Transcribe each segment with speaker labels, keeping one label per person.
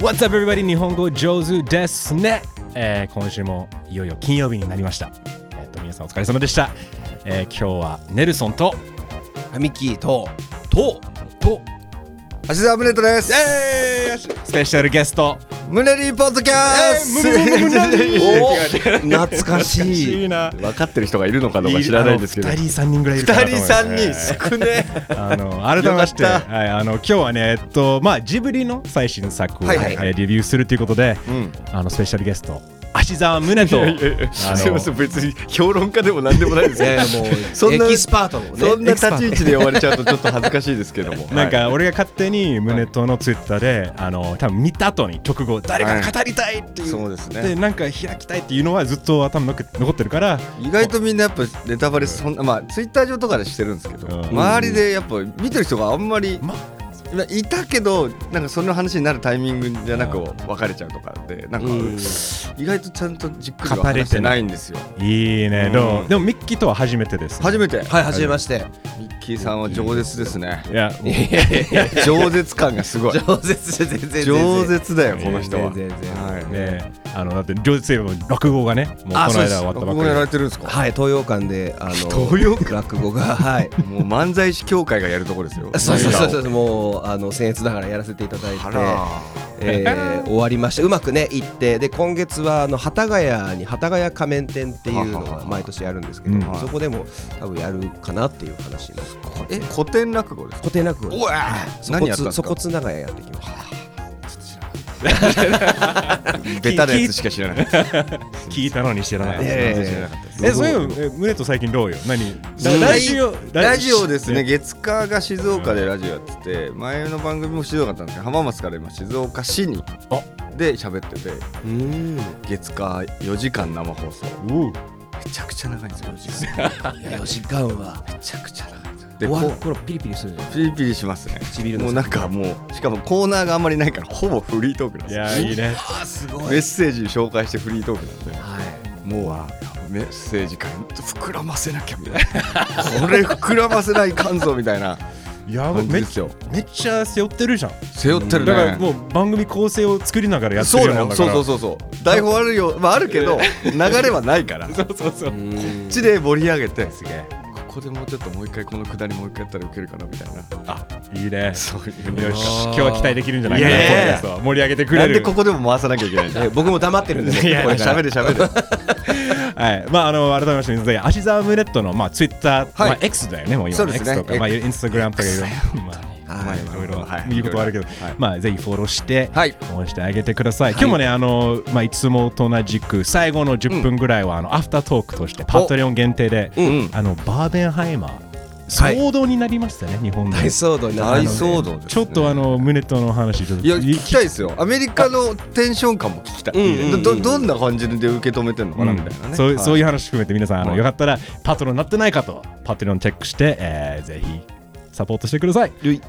Speaker 1: What's up everybody 日本語上手ですね、えー今週もいよいよ金曜日になりましたえっ、と皆さんお疲れ様でした、えー今日はネルソンと
Speaker 2: ハミキーと
Speaker 1: とと
Speaker 2: アシザームネットです
Speaker 1: えー、スペシャルゲスト
Speaker 2: ムネリーポッドキャスト
Speaker 1: えームネムネムネリー
Speaker 2: お懐かしい
Speaker 1: な
Speaker 3: 分かってる人がいるのかどうか知らないんですけど
Speaker 1: 2人3人ぐらいいるかなと
Speaker 2: 二
Speaker 1: 思い
Speaker 2: 人
Speaker 1: ます
Speaker 2: 三人少ね
Speaker 1: あの改めまして、
Speaker 2: よかっ
Speaker 1: はい、あの今日はね、えっとまあ、ジブリの最新作を、
Speaker 2: はいはいはい
Speaker 1: えーレビューするということで、
Speaker 2: ん
Speaker 1: あのスペシャルゲスト芦澤宗と
Speaker 3: いやいやいや
Speaker 1: あの
Speaker 3: すいません別に評論家でも何でもないです
Speaker 2: い
Speaker 3: け
Speaker 2: や
Speaker 3: ど
Speaker 2: いやもう
Speaker 3: そんな
Speaker 2: エキスパートのね
Speaker 3: そんな立ち位置で呼ばれちゃうとちょっと恥ずかしいですけども
Speaker 1: なん
Speaker 3: はい
Speaker 1: か俺が勝手に宗とのツイッターで、あの多分見た後に直後誰が語りたいっていう、
Speaker 3: そうです
Speaker 1: で
Speaker 3: ね
Speaker 1: なんか開きたいっていうのはずっと頭の中残ってるから
Speaker 3: 意外とみんなやっぱネタバレそんなまあツイッター上とかでしてるんですけど
Speaker 1: うん
Speaker 3: 周りでやっぱ見てる人があんまり
Speaker 1: ま
Speaker 3: いやいたけどなんかその話になるタイミングじゃなく別れちゃうとかでなんか
Speaker 2: うん
Speaker 3: 意外とちゃんとじっくりは
Speaker 1: 語れてない
Speaker 3: 話してないんですよ
Speaker 1: いいね、
Speaker 3: うん
Speaker 1: どうでもミッキーとは初めてです
Speaker 3: 初めて
Speaker 2: はい初めま して
Speaker 3: ミッキーさんは饒舌ですね
Speaker 1: いやもう
Speaker 3: 饒舌感がすごい
Speaker 2: 饒舌全然
Speaker 3: 饒舌だよこの人は
Speaker 2: 全然全然
Speaker 3: はい
Speaker 1: ねあのだって両日も落語がねもうこの
Speaker 2: あ
Speaker 1: 間
Speaker 2: そう
Speaker 1: 終
Speaker 2: です
Speaker 1: わったば
Speaker 3: 僕
Speaker 1: っか
Speaker 3: も
Speaker 1: り
Speaker 3: やら
Speaker 1: で
Speaker 3: れてるんですか
Speaker 2: はい東洋館であの
Speaker 3: 東洋館
Speaker 2: 落語がはい
Speaker 3: もう漫才師協会がやるとこですよ
Speaker 2: そうそうそうそううもうあの僭越ながらやらせていただいて
Speaker 3: あら
Speaker 2: えー 終わりましたうまくね行ってで今月はあの幡ヶ谷に幡ヶ谷仮面店っていうのが毎年やるんですけど、
Speaker 1: はは
Speaker 3: は
Speaker 2: そこでも多分やるかなっていう話です
Speaker 3: え古典落語ですか
Speaker 2: 古典落語
Speaker 3: おえ
Speaker 2: そ
Speaker 3: 何
Speaker 2: こ
Speaker 3: やったん
Speaker 2: つ
Speaker 3: です
Speaker 2: そ
Speaker 3: か
Speaker 2: こつながややってきました
Speaker 3: ベタなやつしか知らない
Speaker 1: 聞いたのに知らない
Speaker 3: いやいやいや
Speaker 1: えそういうのえと最近どうよ何
Speaker 3: そう
Speaker 1: ラジオ
Speaker 3: ラジオですね月火が静岡でラジオやってて前の番組も静岡だったんですけど浜松から今静岡市に
Speaker 1: あ
Speaker 3: で喋ってて
Speaker 2: うん
Speaker 3: 月火4時間生放送
Speaker 1: おう
Speaker 3: めちゃくちゃ長いんですよ4時間
Speaker 2: いや4時間は
Speaker 3: めちゃくちゃ長いんですよ
Speaker 2: 終
Speaker 3: で
Speaker 2: わる
Speaker 3: こう
Speaker 2: 頃ピリピリするじゃん
Speaker 3: ピリピリしますね
Speaker 2: 唇の
Speaker 3: もうなんかもうしかもコーナーがあんまりないからほぼフリートークなん
Speaker 1: い
Speaker 3: ですよ
Speaker 1: やいいね
Speaker 2: あすご
Speaker 3: メッセージ紹介してフリートークなんで
Speaker 2: はい
Speaker 3: もうあメッセージから膨らませなきゃみたいなこれ膨らませないかんぞみたいない
Speaker 1: や
Speaker 3: 感じ
Speaker 1: めっ
Speaker 3: ですよ
Speaker 1: めっちゃ背負ってるじゃん
Speaker 3: 背負ってる
Speaker 1: だから
Speaker 3: ね
Speaker 1: もう番組構成を作りながらやって
Speaker 3: そう
Speaker 1: る
Speaker 3: な
Speaker 1: もん
Speaker 3: の
Speaker 1: だ
Speaker 3: そ
Speaker 1: か
Speaker 3: う
Speaker 1: ら
Speaker 3: そうそうそう台本あるよまああるけど流れはないからこっ
Speaker 1: そうそうそう
Speaker 3: ちで盛り上げてここでもうちょっともう一回このくだりもう一回やったらウケるかなみたいな
Speaker 1: あいいねよし
Speaker 3: そういう
Speaker 1: 今日は期待できるんじゃないか
Speaker 3: い
Speaker 1: な
Speaker 3: やいやいや
Speaker 1: ポッドキャストは盛り上げてく
Speaker 3: な
Speaker 1: れ
Speaker 3: ん
Speaker 1: る
Speaker 3: でここでも回さなきゃいけないんだ
Speaker 2: え僕も黙ってるんで
Speaker 1: いや
Speaker 2: ね
Speaker 3: こ
Speaker 2: こ
Speaker 3: れ
Speaker 2: れから
Speaker 3: 喋る喋る
Speaker 1: はい、まああの改めまして皆さん、アシザームレットのまあツイッター、
Speaker 3: は
Speaker 1: ま
Speaker 3: い
Speaker 1: あ X だよねもう今
Speaker 3: そうですね
Speaker 1: X とかまあインスタグラムとかいろいろまあ
Speaker 2: はい
Speaker 1: いろいろ
Speaker 3: はい
Speaker 1: 言うことはあるけど、
Speaker 3: はい
Speaker 1: まあぜひフォローして
Speaker 3: はい
Speaker 1: 応援してあげてください。今日もねあのまあいつもと同じく最後の10分ぐらいはあのアフタートークとしてパトレオン限定で
Speaker 3: うんうん
Speaker 1: あのバーベンハイマー騒動になりましたね日本で
Speaker 2: 大。騒動にな
Speaker 3: 大
Speaker 2: ったの
Speaker 3: 騒動
Speaker 2: で
Speaker 3: です、ね、
Speaker 1: ちょっとあの胸との話ちょっと
Speaker 3: いや聞きたいですよアメリカのテンション感も聞きたい、
Speaker 2: うんうん
Speaker 3: どどどんな感じで受け止めてるのかなみたいなね、
Speaker 1: そう
Speaker 3: はい
Speaker 1: そういう話含めて皆さんあの、
Speaker 3: はい
Speaker 1: よかったらパトロンになってないかとパトロンチェックして、えーぜひサポートしてください
Speaker 3: よい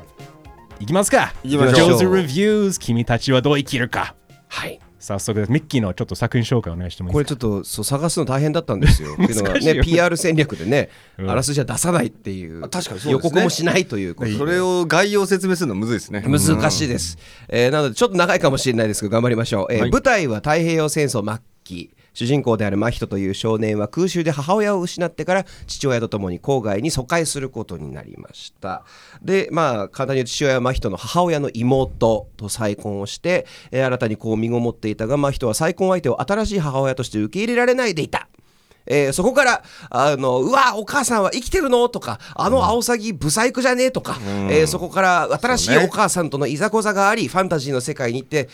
Speaker 1: いきますか
Speaker 3: 行きましょう
Speaker 1: 上手レビューズ君たちはどう生きるか
Speaker 2: はい
Speaker 1: 早速ですミッキーのちょっと作品紹介お願いしてもいい
Speaker 2: こ
Speaker 1: で
Speaker 2: れ
Speaker 1: す
Speaker 2: ちょっとそう探すの大変だったん ですよ。っていうのは
Speaker 1: 難しいよね
Speaker 2: ね PR 戦略でね、
Speaker 1: うん
Speaker 2: あらすじは出さないっていう
Speaker 3: あ確かにそうですね
Speaker 2: 予告もしないということで
Speaker 3: それを概要説明するのむずいですね
Speaker 2: 難しいです、えーなのでちょっと長いかもしれないですけど頑張りましょう、えー
Speaker 3: はい
Speaker 2: 舞台は太平洋戦争末期主人公である真人という少年は空襲で母親を失ってから父親と共に郊外に疎開することになりましたでまあ簡単に言うと父親は真人の母親の妹と再婚をして、えー新たにこう身ごもっていたが真人は再婚相手を新しい母親として受け入れられないでいたえーそこから、あの、うわ、お母さんは生きてるのとか、あのアオサギ、ブサイクじゃねえとか、えーそこから新しいお母さんとのいざこざがあり、ファンタジーの世界に行って、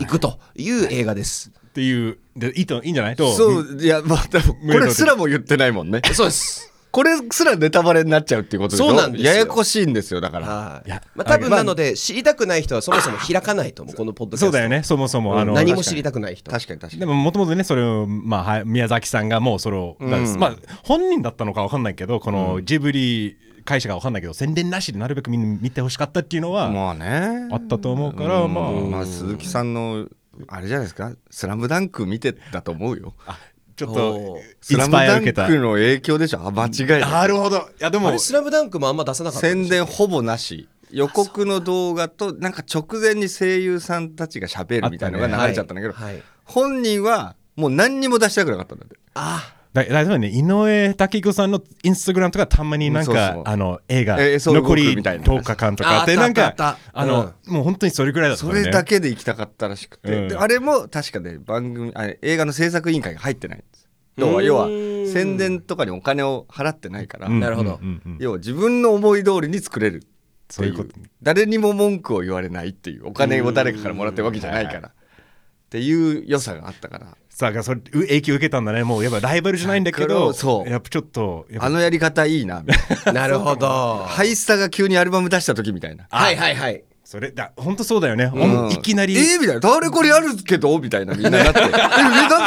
Speaker 2: 行くという映画です。
Speaker 1: っていうでいいといいんじゃないと
Speaker 3: そういやまあでもこれすらも言ってないもんね
Speaker 2: そうです。
Speaker 3: これすらネタバレになっちゃうっていうことしょ
Speaker 2: そうなんですよ
Speaker 3: ややこしいんですよだから
Speaker 2: はい
Speaker 1: いや。
Speaker 2: まあ、多分なので、知りたくない人はそもそも開かないと思う、このポッドキャスト。
Speaker 1: そうだよねそもそも、
Speaker 2: うん。
Speaker 1: あの
Speaker 2: 何も知りたくない人。
Speaker 3: 確かに確か
Speaker 1: でももともとねそれを、まあ、はい宮崎さんがもうそれを、まあ本人だったのかわかんないけどこのジブリ会社がわかんないけど宣伝なしでなるべくみんな見てほしかったっていうのは、
Speaker 3: にまあね
Speaker 1: あったと思うから、まあ、
Speaker 3: うんまあ鈴木さんのあれじゃないですか「スラムダンク見てだと思うよ
Speaker 1: ちょっ
Speaker 2: お
Speaker 1: と
Speaker 2: ー
Speaker 1: イ
Speaker 3: ス
Speaker 1: ン
Speaker 3: ラ
Speaker 1: ス
Speaker 3: ム
Speaker 1: パイア
Speaker 3: ダ
Speaker 1: を
Speaker 3: ン
Speaker 1: 受け
Speaker 3: ク
Speaker 1: た。
Speaker 3: の影響でしょあ間違いない
Speaker 1: るほど。いやで
Speaker 2: あ
Speaker 1: も
Speaker 2: れ、スラムダンクもあんま出さなかった。
Speaker 3: 宣伝ほぼなし予告の動画となんか直前に声優さんたちが喋るみたいなの
Speaker 1: あった
Speaker 3: が
Speaker 1: ね
Speaker 3: 流れちゃったんだけど、
Speaker 2: はいはい
Speaker 3: 本人はもう何にも出したくなかったんだって
Speaker 2: あ
Speaker 1: だ大丈夫ね井上武彦さんのインスタグラムとかたまになん
Speaker 3: そう
Speaker 1: か、
Speaker 3: そう
Speaker 1: あの映画、
Speaker 3: えーそう
Speaker 1: 残
Speaker 3: 動
Speaker 1: り
Speaker 3: くみたいな
Speaker 1: 10日間とかあって
Speaker 2: ああ
Speaker 1: な
Speaker 2: っ
Speaker 1: ん
Speaker 2: たあ
Speaker 1: か
Speaker 2: ったあ
Speaker 1: あ
Speaker 2: った
Speaker 1: の、もう本当にそれぐらいだった
Speaker 3: そ
Speaker 1: もんね
Speaker 3: れだけで行きたかったらしくて、
Speaker 1: うん
Speaker 3: であれも確かね番組あ映画の制作委員会が入ってないんです要は
Speaker 2: うん
Speaker 3: 要は宣伝とかにお金を払ってないから、
Speaker 1: うん
Speaker 2: なるほど
Speaker 1: うんうんうん
Speaker 3: 要は自分の思い通りに作れるっていう
Speaker 1: そういうこと
Speaker 3: 誰にも文句を言われないっていうお金を誰かからもらってるわけじゃないから、っていう良さがあったから
Speaker 1: さあそれう影響受けたんだねもうやっぱライバルじゃないんだけ
Speaker 3: だか
Speaker 1: ど
Speaker 3: らそう
Speaker 1: やっぱちょっとやっぱ
Speaker 3: あのやり方いいなみたいな
Speaker 2: あなるほどは
Speaker 3: ハイスタが急にアルバム出した時みたいな。
Speaker 2: いはいはい
Speaker 1: それだ本当そうだよね、
Speaker 3: うん
Speaker 1: いきなり、
Speaker 3: えーみたいな。誰これやるけどみたいな。みんなな って。え、なんで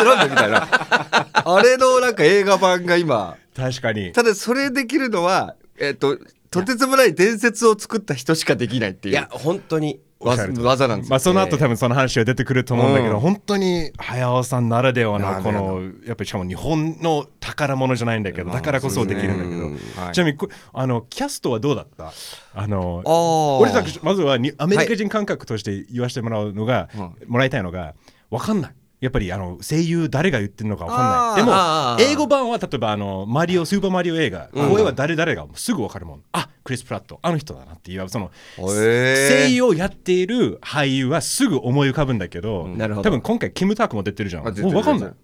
Speaker 3: なんでみたいな。あれのなんか映画版が今。
Speaker 1: 確かに
Speaker 3: ただそれできるのは、えっ、と、とてつもない伝説を作った人しかできないって
Speaker 2: い
Speaker 3: い
Speaker 2: や
Speaker 3: う
Speaker 2: 本当に
Speaker 3: わ
Speaker 1: おっしゃる通り
Speaker 3: 技なんですよ。
Speaker 1: まあ、その後多分その話が出てくると思うんだけど、
Speaker 3: うん
Speaker 1: 本当に早尾さんならではの
Speaker 3: なる
Speaker 1: こ
Speaker 3: ほど
Speaker 1: のやっぱりしかも日本の宝物じゃないんだけどだからこそできるんだけど、
Speaker 3: うんはい
Speaker 1: ちなみにこあのキャストはどうだったあの
Speaker 3: あー
Speaker 1: 俺たちまずはにアメリカ人感覚として言わせてもらうのが、
Speaker 3: は
Speaker 1: もらいたいのが分かんない。やっぱりあの声優誰が言ってるのか分
Speaker 2: あ
Speaker 1: か
Speaker 2: ー
Speaker 1: ん
Speaker 2: あ
Speaker 1: ないで
Speaker 2: ー
Speaker 1: も英語版は例えばあのマリオスーパーマリオ映画声は誰々がもうすぐ分かるもんあクリス・プラットあの人だなっていうその
Speaker 3: へー
Speaker 1: 声優をやっている俳優はすぐ思い浮かぶんだけど、
Speaker 2: なるほど
Speaker 1: 多分今回キムタクも出てるじゃんも
Speaker 3: あ
Speaker 1: う
Speaker 3: 出てる
Speaker 1: 分かんな
Speaker 3: 出
Speaker 1: い
Speaker 3: て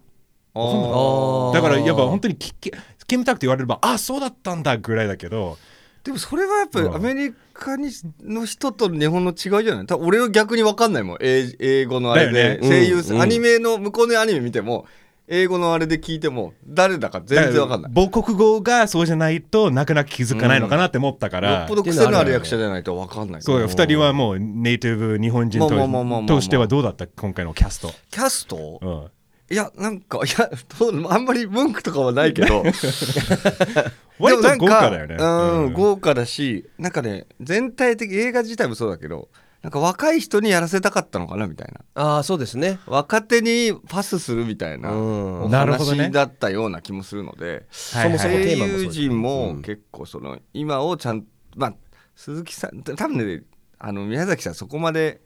Speaker 3: あ
Speaker 2: あー
Speaker 1: だからやっぱ本当にききキムタクって言われればあそうだったんだぐらいだけど
Speaker 3: ーでもそれはやっぱり
Speaker 1: うん
Speaker 3: アメリカにの人と日本の違いじゃない多分俺は逆に分かんないもん英英語のあれ
Speaker 1: だよ
Speaker 3: で、
Speaker 1: ね
Speaker 3: 声優、
Speaker 2: うんうん
Speaker 3: アニメの向こうのアニメ見ても英語のあれで聞いても誰だか全然分かんないよ
Speaker 1: 母国語がそうじゃないとなかなか気づかないのかなって思ったから、
Speaker 3: っぽど癖のある役者じゃないと分かんない
Speaker 1: そうよ2人はもうネイティブ日本人
Speaker 3: まあまあまあまあまあまあ
Speaker 1: ととしてはどうだった今回のキャスト、
Speaker 3: キャスト
Speaker 1: うん、
Speaker 3: いやなんかいやどうあんまり文句とかはないけど
Speaker 1: 割と
Speaker 3: でもなん
Speaker 1: 豪
Speaker 3: か
Speaker 1: 華だよね
Speaker 3: うん、
Speaker 1: うん
Speaker 3: 豪華だしなんかね全体的映画自体もそうだけどなんか若い人にやらせたかったのかなみたいな
Speaker 2: ああそうですね
Speaker 3: 若手にパスするみたいな
Speaker 2: うん
Speaker 3: お
Speaker 1: なるほどね
Speaker 3: 話だったような気もするので
Speaker 1: はいはい
Speaker 2: そもそもテーマ
Speaker 3: 声
Speaker 2: もそう
Speaker 3: 優
Speaker 2: ですね
Speaker 3: 陣も結構その今をちゃんとまあ鈴木さん多分ねあの宮崎さんそこまで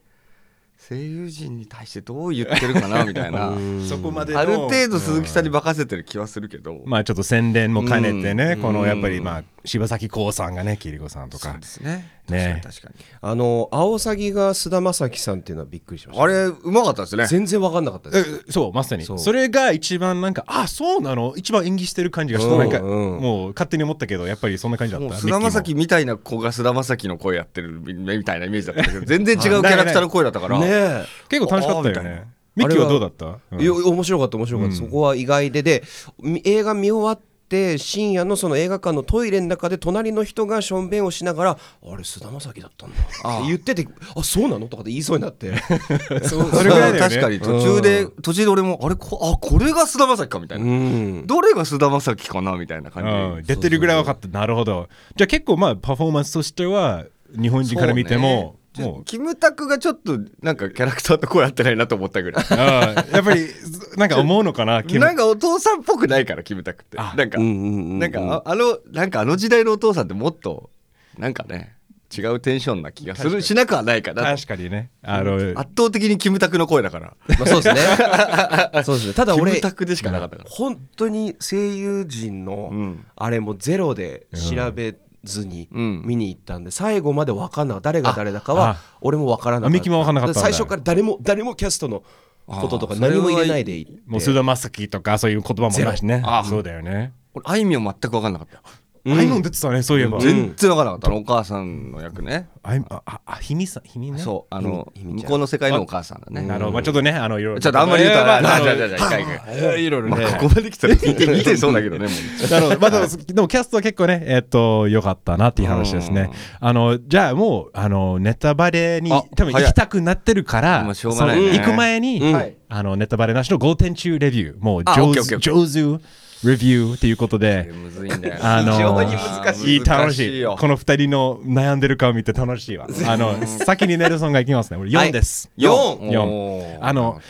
Speaker 3: 声優陣に対してどう言ってるかなみた いな
Speaker 1: そこまでの
Speaker 3: ある程度鈴木さんに任せてる気はするけど
Speaker 1: まあちょっと宣伝も兼ねてね、
Speaker 3: うん
Speaker 1: このやっぱ
Speaker 3: う
Speaker 1: り
Speaker 3: ん
Speaker 1: まあ柴咲コウさんがね桐子さんとか
Speaker 3: すね
Speaker 1: ね
Speaker 3: 確かに確か
Speaker 2: あのアオサギが菅田将暉さんっていうのはびっくりしまし
Speaker 3: にあれうまかったですね
Speaker 2: た全然わかんなかったです
Speaker 1: えそうまさに
Speaker 2: そ
Speaker 1: そうれが一番なんかあそうなの一番演技してる感じがした、
Speaker 2: うん
Speaker 1: なんか、
Speaker 2: うん
Speaker 1: もう勝手に思ったけどやっぱりそんな感じだっ
Speaker 3: もう
Speaker 1: た
Speaker 3: 菅田
Speaker 1: ミ
Speaker 3: 将暉
Speaker 1: ッキーも
Speaker 3: みたいな子が菅田将暉の声やってるみみたいなイメージだったけど全然違うキャラクターの声だったから、
Speaker 2: ねえ
Speaker 1: 結構楽しかったよ
Speaker 3: あーみたいな
Speaker 1: ねミッキーはどうだった、うん
Speaker 2: いや面白かった面白かった、そこは意外ででみ映画見終わって深夜のその映画館のトイレの中で隣の人がしょんべんをしながら「あれ菅田将暉だったんだ」って言ってて「あそうなの?」とかって言いそうになって そう
Speaker 1: それぐらいだよね
Speaker 3: 確かに途中で、途中で俺もあれこあこれが菅田将暉かみたいな、
Speaker 2: うん
Speaker 3: どれが菅田将暉かなみたいな
Speaker 1: う
Speaker 3: 感
Speaker 1: ん、
Speaker 3: じ、
Speaker 1: 出てるぐらい分かったなるほどじゃあ結構まあパフォーマンスとしては日本人から見ても
Speaker 3: そうね
Speaker 1: もう
Speaker 3: キムタクがちょっとなんかキャラクターと声合ってないなと思った ぐらい
Speaker 1: あーやっぱ りなんか思うのかなキム
Speaker 3: なんかお父さんっぽくないからキムタクって
Speaker 1: あ
Speaker 3: なんか、
Speaker 2: うんうんうん
Speaker 3: なんかああのなんかあの時代のお父さんってもっとなんかね違うテンションな気がするしなくはないかな
Speaker 1: 確かにねあの、
Speaker 3: 圧倒的にキムタクの声だから
Speaker 2: まあ、そうです ねそうですねただ
Speaker 3: キム
Speaker 2: 俺
Speaker 3: タクでしかなかったから、
Speaker 2: 本当に声優陣の
Speaker 3: うん
Speaker 2: あれもゼロで調べずに
Speaker 3: うん
Speaker 2: 見に行ったんで最後まで分かんなかった誰が誰だか
Speaker 1: あ
Speaker 2: は俺も分からな
Speaker 1: あ
Speaker 2: か
Speaker 1: ミ
Speaker 2: っ
Speaker 1: キも分かんなかったたんだ
Speaker 2: 最初から誰も誰もキャストのこととか
Speaker 3: あーそれは
Speaker 2: 何も入れないで行って
Speaker 1: もう須田将暉とかそういう言葉もなしね
Speaker 3: あ
Speaker 1: そうだよね
Speaker 3: 俺あいみょん全く分かんなかった
Speaker 1: あいみょん出てたねそういえば
Speaker 3: 全然わからなかったの、お母さんの役ね。
Speaker 1: あいあああひみさんひみね
Speaker 3: そう、あの、
Speaker 2: ひみひみち
Speaker 3: 向
Speaker 2: ゃん
Speaker 3: こうの世界のお母さんだね。
Speaker 1: なるほどまあちょっとねあのいろいろ
Speaker 3: ちょっとあんまり言うたら、
Speaker 1: まああの
Speaker 3: じゃあじゃあじゃあ一回一回
Speaker 1: いろいろ
Speaker 3: ま
Speaker 1: ね
Speaker 3: あここまで来たら見て、見てそうだけどね、も う。
Speaker 1: なるほどまあでもでもキャストは結構ねえっと良かったなっていう話ですねあのじゃあもうあのネタバレに
Speaker 3: あ
Speaker 1: 多分行きたくなってるから
Speaker 3: もうしょうがないね
Speaker 1: その行く前に
Speaker 2: うん
Speaker 3: はい
Speaker 1: あのネタバレなしの5点中レビューもう
Speaker 3: あ
Speaker 1: 上
Speaker 3: OK OK
Speaker 1: 手
Speaker 3: OK
Speaker 1: 上手レビューっていうこと で
Speaker 3: むずいんだよね。
Speaker 1: あのー
Speaker 3: 非常に難しい。
Speaker 1: いい楽しい
Speaker 3: よ
Speaker 1: この二人の悩んでる顔見て楽しいわあ の先にネルソンが行きますね俺4です、
Speaker 3: 四
Speaker 1: 四
Speaker 3: おー
Speaker 1: あの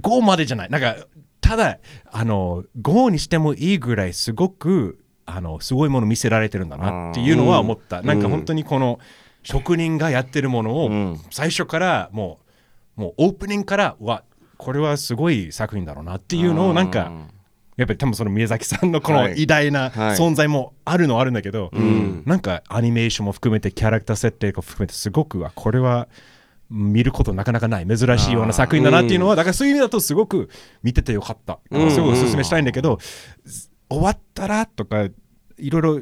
Speaker 1: 5までじゃないなんかただあの5にしてもいいぐらいすごくあのすごいもの見せられてるんだなっていうのは思った、なんか本当にこの職人がやってるものを、
Speaker 3: うん
Speaker 1: 最初からもうもうオープニングからうわこれはすごい作品だろうなっていうのをなんか、やっぱり多分その宮崎さんのこの
Speaker 3: はい
Speaker 1: 偉大な
Speaker 3: はい
Speaker 1: 存在もあるのはあるんだけど、
Speaker 3: ん
Speaker 1: なんかアニメーションも含めてキャラクター設定も含めてすごくはこれは見ることなかなかない珍しいような作品だなっていうのはだからそういう意味だとすごく見ててよかった、
Speaker 2: うん
Speaker 1: すごいおすすめしたいんだけど、終わったらとかいろいろ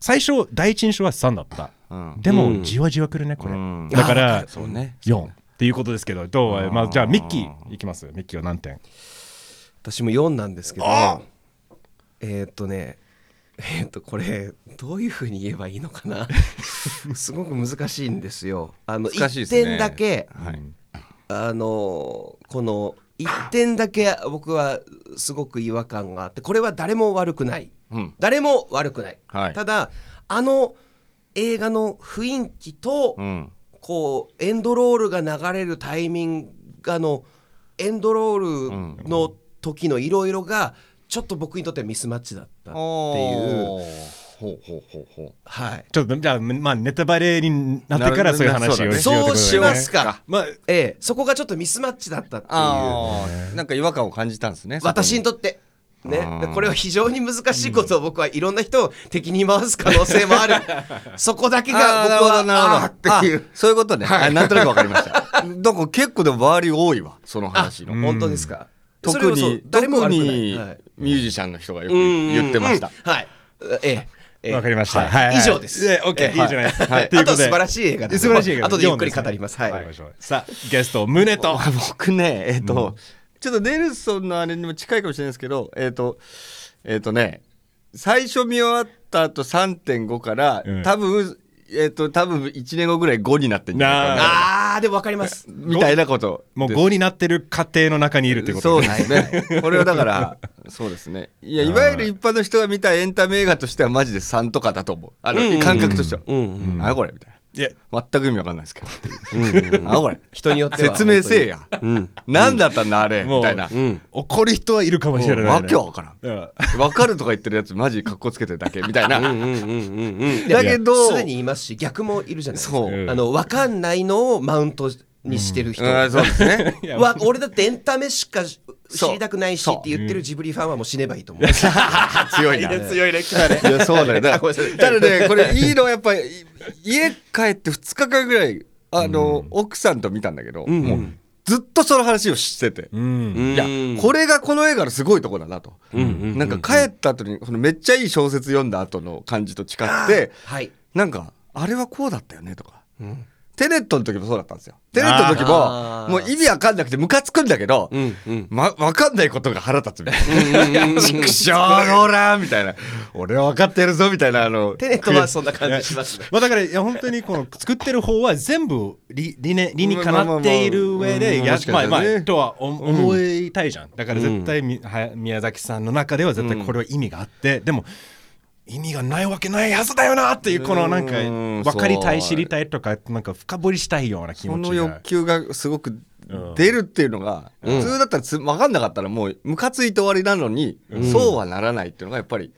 Speaker 1: 最初第一印象は3だった
Speaker 3: うん
Speaker 1: で
Speaker 2: う
Speaker 1: も
Speaker 2: ん
Speaker 1: じわじわくるねこれ、
Speaker 3: うん
Speaker 1: だから
Speaker 3: そうね
Speaker 1: 4っていうことですけどどう、
Speaker 3: うん
Speaker 1: まあ、じゃあミッキーいきますミッキーは何点
Speaker 2: 私も4なんですけどえーっとねえーっとこれどういうふうに言えばいいのか なすごく難しいんですよ。あの
Speaker 3: 難し
Speaker 2: 1
Speaker 3: いですね
Speaker 2: 点だけ
Speaker 3: はい
Speaker 2: あのこの1点だけ僕はすごく違和感があってこれは誰も悪くない
Speaker 3: うん
Speaker 2: 誰も悪くない、
Speaker 3: はい
Speaker 2: ただあの映画の雰囲気と、
Speaker 3: うん
Speaker 2: こうエンドロールが流れるタイミングあのエンドロールの時のいろいろがちょっと僕にとってはミスマッチだったっていう、
Speaker 3: ほうほうほうほ
Speaker 2: はい、
Speaker 1: ちょっとじゃあ、まあ、ネタバレになってから
Speaker 3: なる
Speaker 1: そういう話をしようってことだよ
Speaker 2: そ
Speaker 1: ね
Speaker 2: うしますか、
Speaker 1: まあ、
Speaker 2: ええ、そこがちょっとミスマッチだったって
Speaker 3: う
Speaker 2: いう
Speaker 3: ああなんか違和感を感じたんですね
Speaker 2: 私に
Speaker 3: と
Speaker 2: とって。ね
Speaker 3: うん、
Speaker 2: でこれは非常に難しいことを僕はいろんな人を敵に回す可能性もあるそこだけが
Speaker 3: あーな
Speaker 2: 僕
Speaker 3: るほ
Speaker 2: は
Speaker 3: どなるほど
Speaker 2: あ
Speaker 3: っていうそういうことねはいなんとなくわかりました なんか結構でも周り多いわその話
Speaker 2: あ
Speaker 3: の
Speaker 2: 本当ですかそれ
Speaker 3: 特
Speaker 2: こそ
Speaker 3: に
Speaker 2: 誰も
Speaker 3: 特
Speaker 2: 悪くない
Speaker 3: に
Speaker 2: はい
Speaker 3: ミュージシャンの人がよく
Speaker 2: うん
Speaker 3: 言ってました
Speaker 2: うんはい。ええええ。
Speaker 1: わかりました
Speaker 2: はい
Speaker 1: はいはい
Speaker 2: 以上です。
Speaker 1: ええ OK いいじゃないですか
Speaker 2: は
Speaker 1: はいい
Speaker 2: あ
Speaker 1: ということとで
Speaker 2: 素晴らしい映画で
Speaker 1: 素
Speaker 2: す。
Speaker 1: 晴らしい映画
Speaker 2: 後でゆっくり語ります。は
Speaker 1: わかり
Speaker 2: い
Speaker 1: ま。したさあゲスト胸と
Speaker 3: あ 僕ねえっ、と、ちょっとネルソンのあれにも近いかもしれないですけどえっ、とえっ、とね最初見終わった後3.5から、
Speaker 1: うん
Speaker 3: 多分えっ、と多分1年後ぐらい5になってんじゃないかな
Speaker 2: あー、でもわかります。
Speaker 3: みたいなこと
Speaker 1: もう
Speaker 3: です
Speaker 1: 5になってる過程の中にいるってこと
Speaker 3: そうですねこれはだからそうですねいやいわゆる一般の人が見たエンタメ映画としてはマジで3とかだと思うあの、
Speaker 2: うん
Speaker 3: 感覚としては、
Speaker 2: うんうん
Speaker 3: あこれみたい
Speaker 1: いや
Speaker 3: な全く意味わかんないですけどあこれ
Speaker 2: 人によっては
Speaker 3: 説明せえや、何だったんだあれ
Speaker 1: もう
Speaker 3: みたいな、
Speaker 2: うん。
Speaker 1: 怒る人はいるかもしれない、ね、
Speaker 3: わけわからん
Speaker 1: うん
Speaker 3: わかるとか言ってるやつマジかっこつけてるだけみたいな
Speaker 2: うんうんうんうんうん。
Speaker 3: だけど
Speaker 2: すでにいますし、逆もいるじゃないですか。
Speaker 3: そう
Speaker 1: うん
Speaker 2: あの、わかんないのをマウントにしてる人。
Speaker 3: うんそうですね
Speaker 1: いや
Speaker 2: わ俺だってエンタメしか知
Speaker 3: そう
Speaker 2: りたくないし
Speaker 3: そう
Speaker 2: って言ってるジブリファンはもう死ねばいいと思う。
Speaker 3: 強 いな
Speaker 2: 強いね、来たね。
Speaker 3: いやそうだよだ
Speaker 2: あご
Speaker 3: か
Speaker 2: めんなさい
Speaker 3: らただねこれいいのはやっぱりい家帰って2日間ぐらいあの、奥さんと見たんだけど、
Speaker 2: ん
Speaker 3: もうずっとその話をしてて、
Speaker 1: うん
Speaker 2: い
Speaker 3: いやこれがこの映画のすごいとこだなと、なんか帰った後にこのめっちゃいい小説読んだ後の感じと近くて
Speaker 2: はい。
Speaker 3: なんかあれはこうだったよねとか
Speaker 2: うん
Speaker 3: テネットの時もそうだったんですよテネットの時も
Speaker 2: あー
Speaker 3: もう意味わかんなくてムカつくんだけど、
Speaker 2: うんうん。
Speaker 3: ま、わかんないことが腹立つみたいな。ちくしょうのらみたいな。俺は分かってるぞみたいな、あの。
Speaker 2: テネットはそんな感じしますね。
Speaker 1: まあだからいや本当にこの作ってる方は全部理理念理にかなっている上で
Speaker 3: まあまあまあ
Speaker 1: いや
Speaker 3: もしか
Speaker 1: ま
Speaker 3: した
Speaker 1: あ
Speaker 3: らね
Speaker 1: まあとは思思いたいじゃんだから絶対みは宮崎さんの中では絶対これは意味があってでも意味がないわけないはずだよなっていうこのなんか
Speaker 3: うん
Speaker 1: 分かりたい
Speaker 3: そう
Speaker 1: 知りたいとかなんか深掘りしたいような気持
Speaker 3: そ
Speaker 1: ち
Speaker 3: の
Speaker 1: が
Speaker 3: 欲求がすごく出るっていうのが、普通だったらつ分かんなかったらもうムカついて終わりなのに、そうはならないっていうのがやっぱり、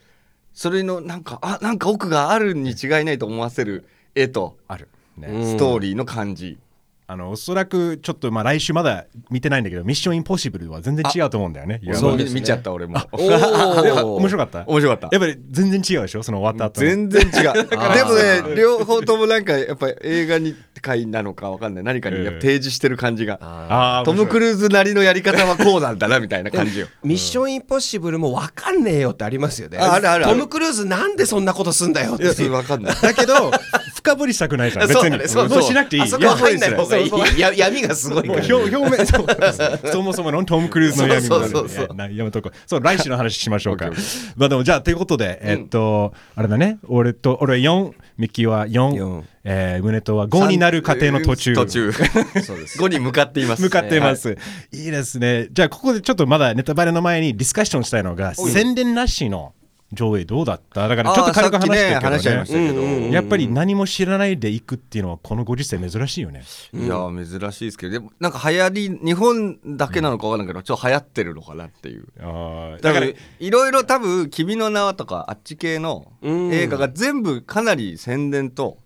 Speaker 3: それのなんか、あ、なんか奥があるに違いないと思わせる絵と、
Speaker 1: あるね
Speaker 3: ストーリーの感じ。
Speaker 1: あのおそらくちょっとまあ来週まだ見てないんだけど「ミッションインポッシブル」は全然違うと思うんだよね。いや
Speaker 3: そう
Speaker 1: まあ
Speaker 3: 見見ちゃった俺も。
Speaker 2: お
Speaker 1: 面白かった
Speaker 3: 面白かった
Speaker 1: やっぱり全然違うでしょその終わった後の
Speaker 3: 全然違 うでもね両方ともなんかやっぱり映画に界なのかわかんない何かにやっぱ提示してる感じが、
Speaker 1: あー
Speaker 3: トム・クルーズなりのやり方はこうなんだなみたいな感じよ
Speaker 2: ミッションインポッシブルも分かんねえよってありますよね。
Speaker 3: ああるあるあ
Speaker 2: ト
Speaker 3: る
Speaker 2: ム・クルーズなんでそんなことすんだよっ
Speaker 3: い
Speaker 2: て。
Speaker 3: やそれわかん ない
Speaker 1: だけど深掘りしたくないから別
Speaker 2: そうだ
Speaker 1: に
Speaker 2: ね、そう
Speaker 1: もうしなくていい
Speaker 2: あそこは入んない方がい
Speaker 1: そうそう
Speaker 2: い。や闇がすごい
Speaker 1: も
Speaker 2: か
Speaker 1: う
Speaker 2: ら。
Speaker 1: 表表面そうそもそものトム・クルーズの闇もある
Speaker 2: そうそうそうそう
Speaker 1: いやなやめとこうそう来週の話しましょうかまあでもじゃあということでえっとあれだね俺と俺4ミキは4
Speaker 2: 四
Speaker 1: えー胸とは5になる過程の途中
Speaker 3: 途中
Speaker 2: そうです。
Speaker 3: 5に向かっています
Speaker 1: 向かっています、い、いですねじゃあここでちょっとまだネタバレの前にディスカッションしたいのが宣伝なしの上映どうだっただからちょっと軽く話してる
Speaker 3: あーさっきね話しちゃいま
Speaker 1: け
Speaker 3: し
Speaker 1: ど
Speaker 3: た
Speaker 1: ね
Speaker 3: けど、
Speaker 1: やっぱり何も知らないで行くっていうのはこのご時世珍しいよね
Speaker 3: いやー珍しいですけどでもなんか流行り日本だけなのかわかんないけどちょっと流行ってるのかなっていう
Speaker 1: あー
Speaker 3: だ
Speaker 1: だ
Speaker 3: か
Speaker 1: からら
Speaker 3: いろいろ多分「君の名は」とかあっち系の
Speaker 2: ん
Speaker 3: 映画が全部かなり宣伝と、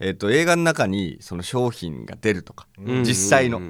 Speaker 3: えっと映画の中にその商品が出るとか、
Speaker 2: うん
Speaker 3: 実際の、
Speaker 2: うん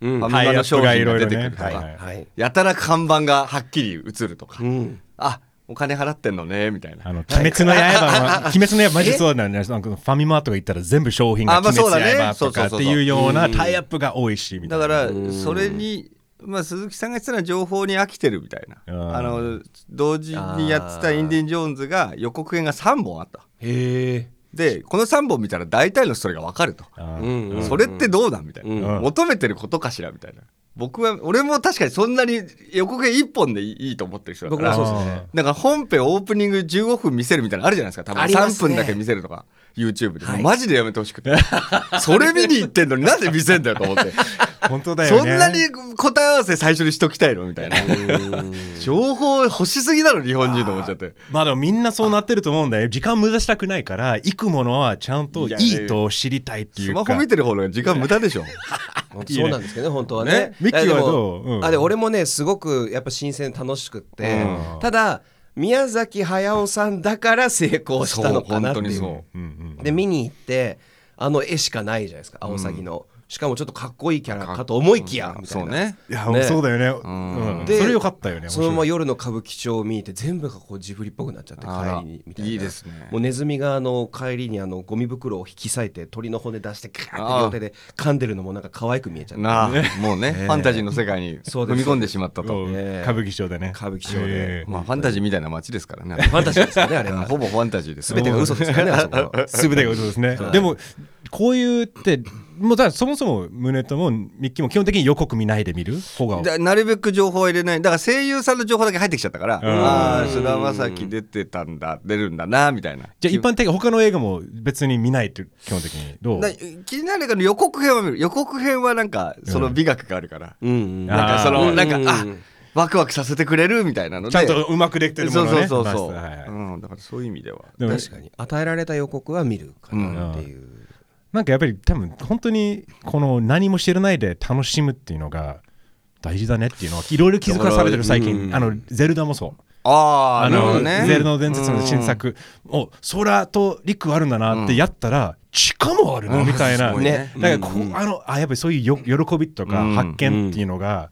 Speaker 2: うん
Speaker 3: ファ
Speaker 2: は
Speaker 3: ミマの商
Speaker 1: タイ
Speaker 3: 品
Speaker 1: アップがいろいろ
Speaker 3: が
Speaker 1: ね
Speaker 3: 出てくるとか、
Speaker 1: はいはい
Speaker 2: はい
Speaker 3: やたら看板がはっきり映るとか、
Speaker 2: うん
Speaker 3: あお金払ってんのねみたいな
Speaker 1: あの、鬼滅の刃の、鬼滅の刃、マジそうなんだよね。なんかファミマとか行ったら全部商品が
Speaker 3: あま
Speaker 1: 鬼
Speaker 3: あ
Speaker 1: 滅の
Speaker 3: そうだね
Speaker 1: 刃とかっていうよう
Speaker 2: そうそうそう
Speaker 1: な
Speaker 2: うん
Speaker 1: タイアップが多いし、みた
Speaker 3: だ
Speaker 1: いな。
Speaker 3: からそれに、まあ、鈴木さんが言ってたのは情報に飽きてるみたいな、
Speaker 1: うん
Speaker 3: あの同時にやってた「インディ・ジョーンズ」が予告編が3本あった
Speaker 2: へえ
Speaker 3: でこの3本見たら大体のストーリーが分かると、
Speaker 1: あ
Speaker 2: う
Speaker 1: ー
Speaker 2: ん
Speaker 3: それってどうなんみたいな、
Speaker 1: うん
Speaker 3: 求めてることかしらみたいな僕は俺も確かにそんなに予告編1本でいいいいと思ってる人だから
Speaker 2: 僕もそうっす
Speaker 1: ね
Speaker 3: だから本編オープニング15分見せるみたいなのあるじゃないですか多分
Speaker 2: あります
Speaker 3: 3
Speaker 2: ね
Speaker 3: 分だけ見せるとか YouTube で、
Speaker 2: はい
Speaker 3: マジでやめてほし くてそれ見に行ってんのになんで見せんだよと思って。
Speaker 1: 本当だよね。
Speaker 3: そんなに答え合わせ最初にしときたいのみたいな。情報欲しすぎだろ、日本人と思っちゃって。
Speaker 1: まあでもみんなそうなってると思うんだよ。時間無駄したくないから、行くものはちゃんとい
Speaker 3: やいや
Speaker 1: いと知りたいってい
Speaker 3: ス
Speaker 1: う
Speaker 3: マ
Speaker 1: か。
Speaker 3: ホ見てる方が時間無駄で しょ。
Speaker 2: そうなんですけどね本当はね
Speaker 1: ねミッキーはどうう
Speaker 2: いやでも
Speaker 1: ん
Speaker 2: あで俺もねすごくやっぱ新鮮で楽しくって、ただ宮崎駿さんだから成功したのかなっていう
Speaker 3: そう
Speaker 1: うんうん
Speaker 2: で見に行ってあの絵しかないじゃないですかアオサギの、しかもちょっとかっこいいキャラかと思いきや、みたいな
Speaker 3: そうね。
Speaker 1: いや、
Speaker 2: ね
Speaker 1: そうだよね。うん
Speaker 2: で
Speaker 1: それよかったよね。
Speaker 2: そのまま
Speaker 1: 面白い
Speaker 2: 夜の歌舞伎町を見て全部がこうジブリっぽくなっちゃって
Speaker 3: あら
Speaker 2: 帰りにみたいないい
Speaker 3: いですね
Speaker 2: もうネズミがあの帰りにあのゴミ袋を引き裂いて鳥の骨出してカーって
Speaker 3: あー
Speaker 2: 両手で噛んでるのもなんか可愛く見えちゃって
Speaker 3: なあ、もうね、ファンタジーの世界に
Speaker 2: そうで
Speaker 3: 踏
Speaker 2: す
Speaker 3: み込んでしまったと。
Speaker 1: うん
Speaker 2: ええ
Speaker 1: 歌舞伎町でね。
Speaker 2: 歌舞伎町で
Speaker 1: ええ
Speaker 3: まあ、ファンタジーみたいな街ですからね。
Speaker 2: ファンタジーですよねあ れは
Speaker 3: ほぼファンタジーです。
Speaker 2: 全てが嘘ですからねあそこは
Speaker 1: すべてが嘘ですね。でも、こういうって、もうだからそもそも胸ともミッキーも基本的に予告見ないで見る方が。
Speaker 3: だなるべく情報は入れないだから声優さんの情報だけ入ってきちゃったからああ菅田将暉出てたんだ出るんだなみたいな
Speaker 1: じゃあ一般的に他の映画も別に見ないって基本的に。どう
Speaker 3: だ気になるけど予告編は見る予告編はなんかその美学があるから、
Speaker 2: うんうん
Speaker 1: あ
Speaker 3: なんかそ
Speaker 2: あー
Speaker 3: のなんか
Speaker 2: うん
Speaker 3: あワクワクさせてくれるみたいなので
Speaker 1: ちゃんとうまくできてるも
Speaker 3: そう
Speaker 1: のね。
Speaker 3: そうそうそう、
Speaker 1: まあはい
Speaker 3: うん、だからそういう意味では
Speaker 1: でも
Speaker 2: 確かに与えられた予告は見るかなっていう、
Speaker 1: なんかやっぱり多分本当にこの何も知らないで楽しむっていうのが大事だねっていうのはいろいろ気づかされてる最近、あのゼルダもそう
Speaker 3: ああ
Speaker 1: あ
Speaker 3: なるほ
Speaker 1: の、
Speaker 3: どね
Speaker 1: ゼルダの伝説の新作、お空と陸あるんだなってやったら、地下もあるのみたいな、
Speaker 3: うんすごい
Speaker 2: ね
Speaker 1: だからこう、あのあやっぱりそういうよ喜びとか
Speaker 3: うん
Speaker 1: 発見っていうのが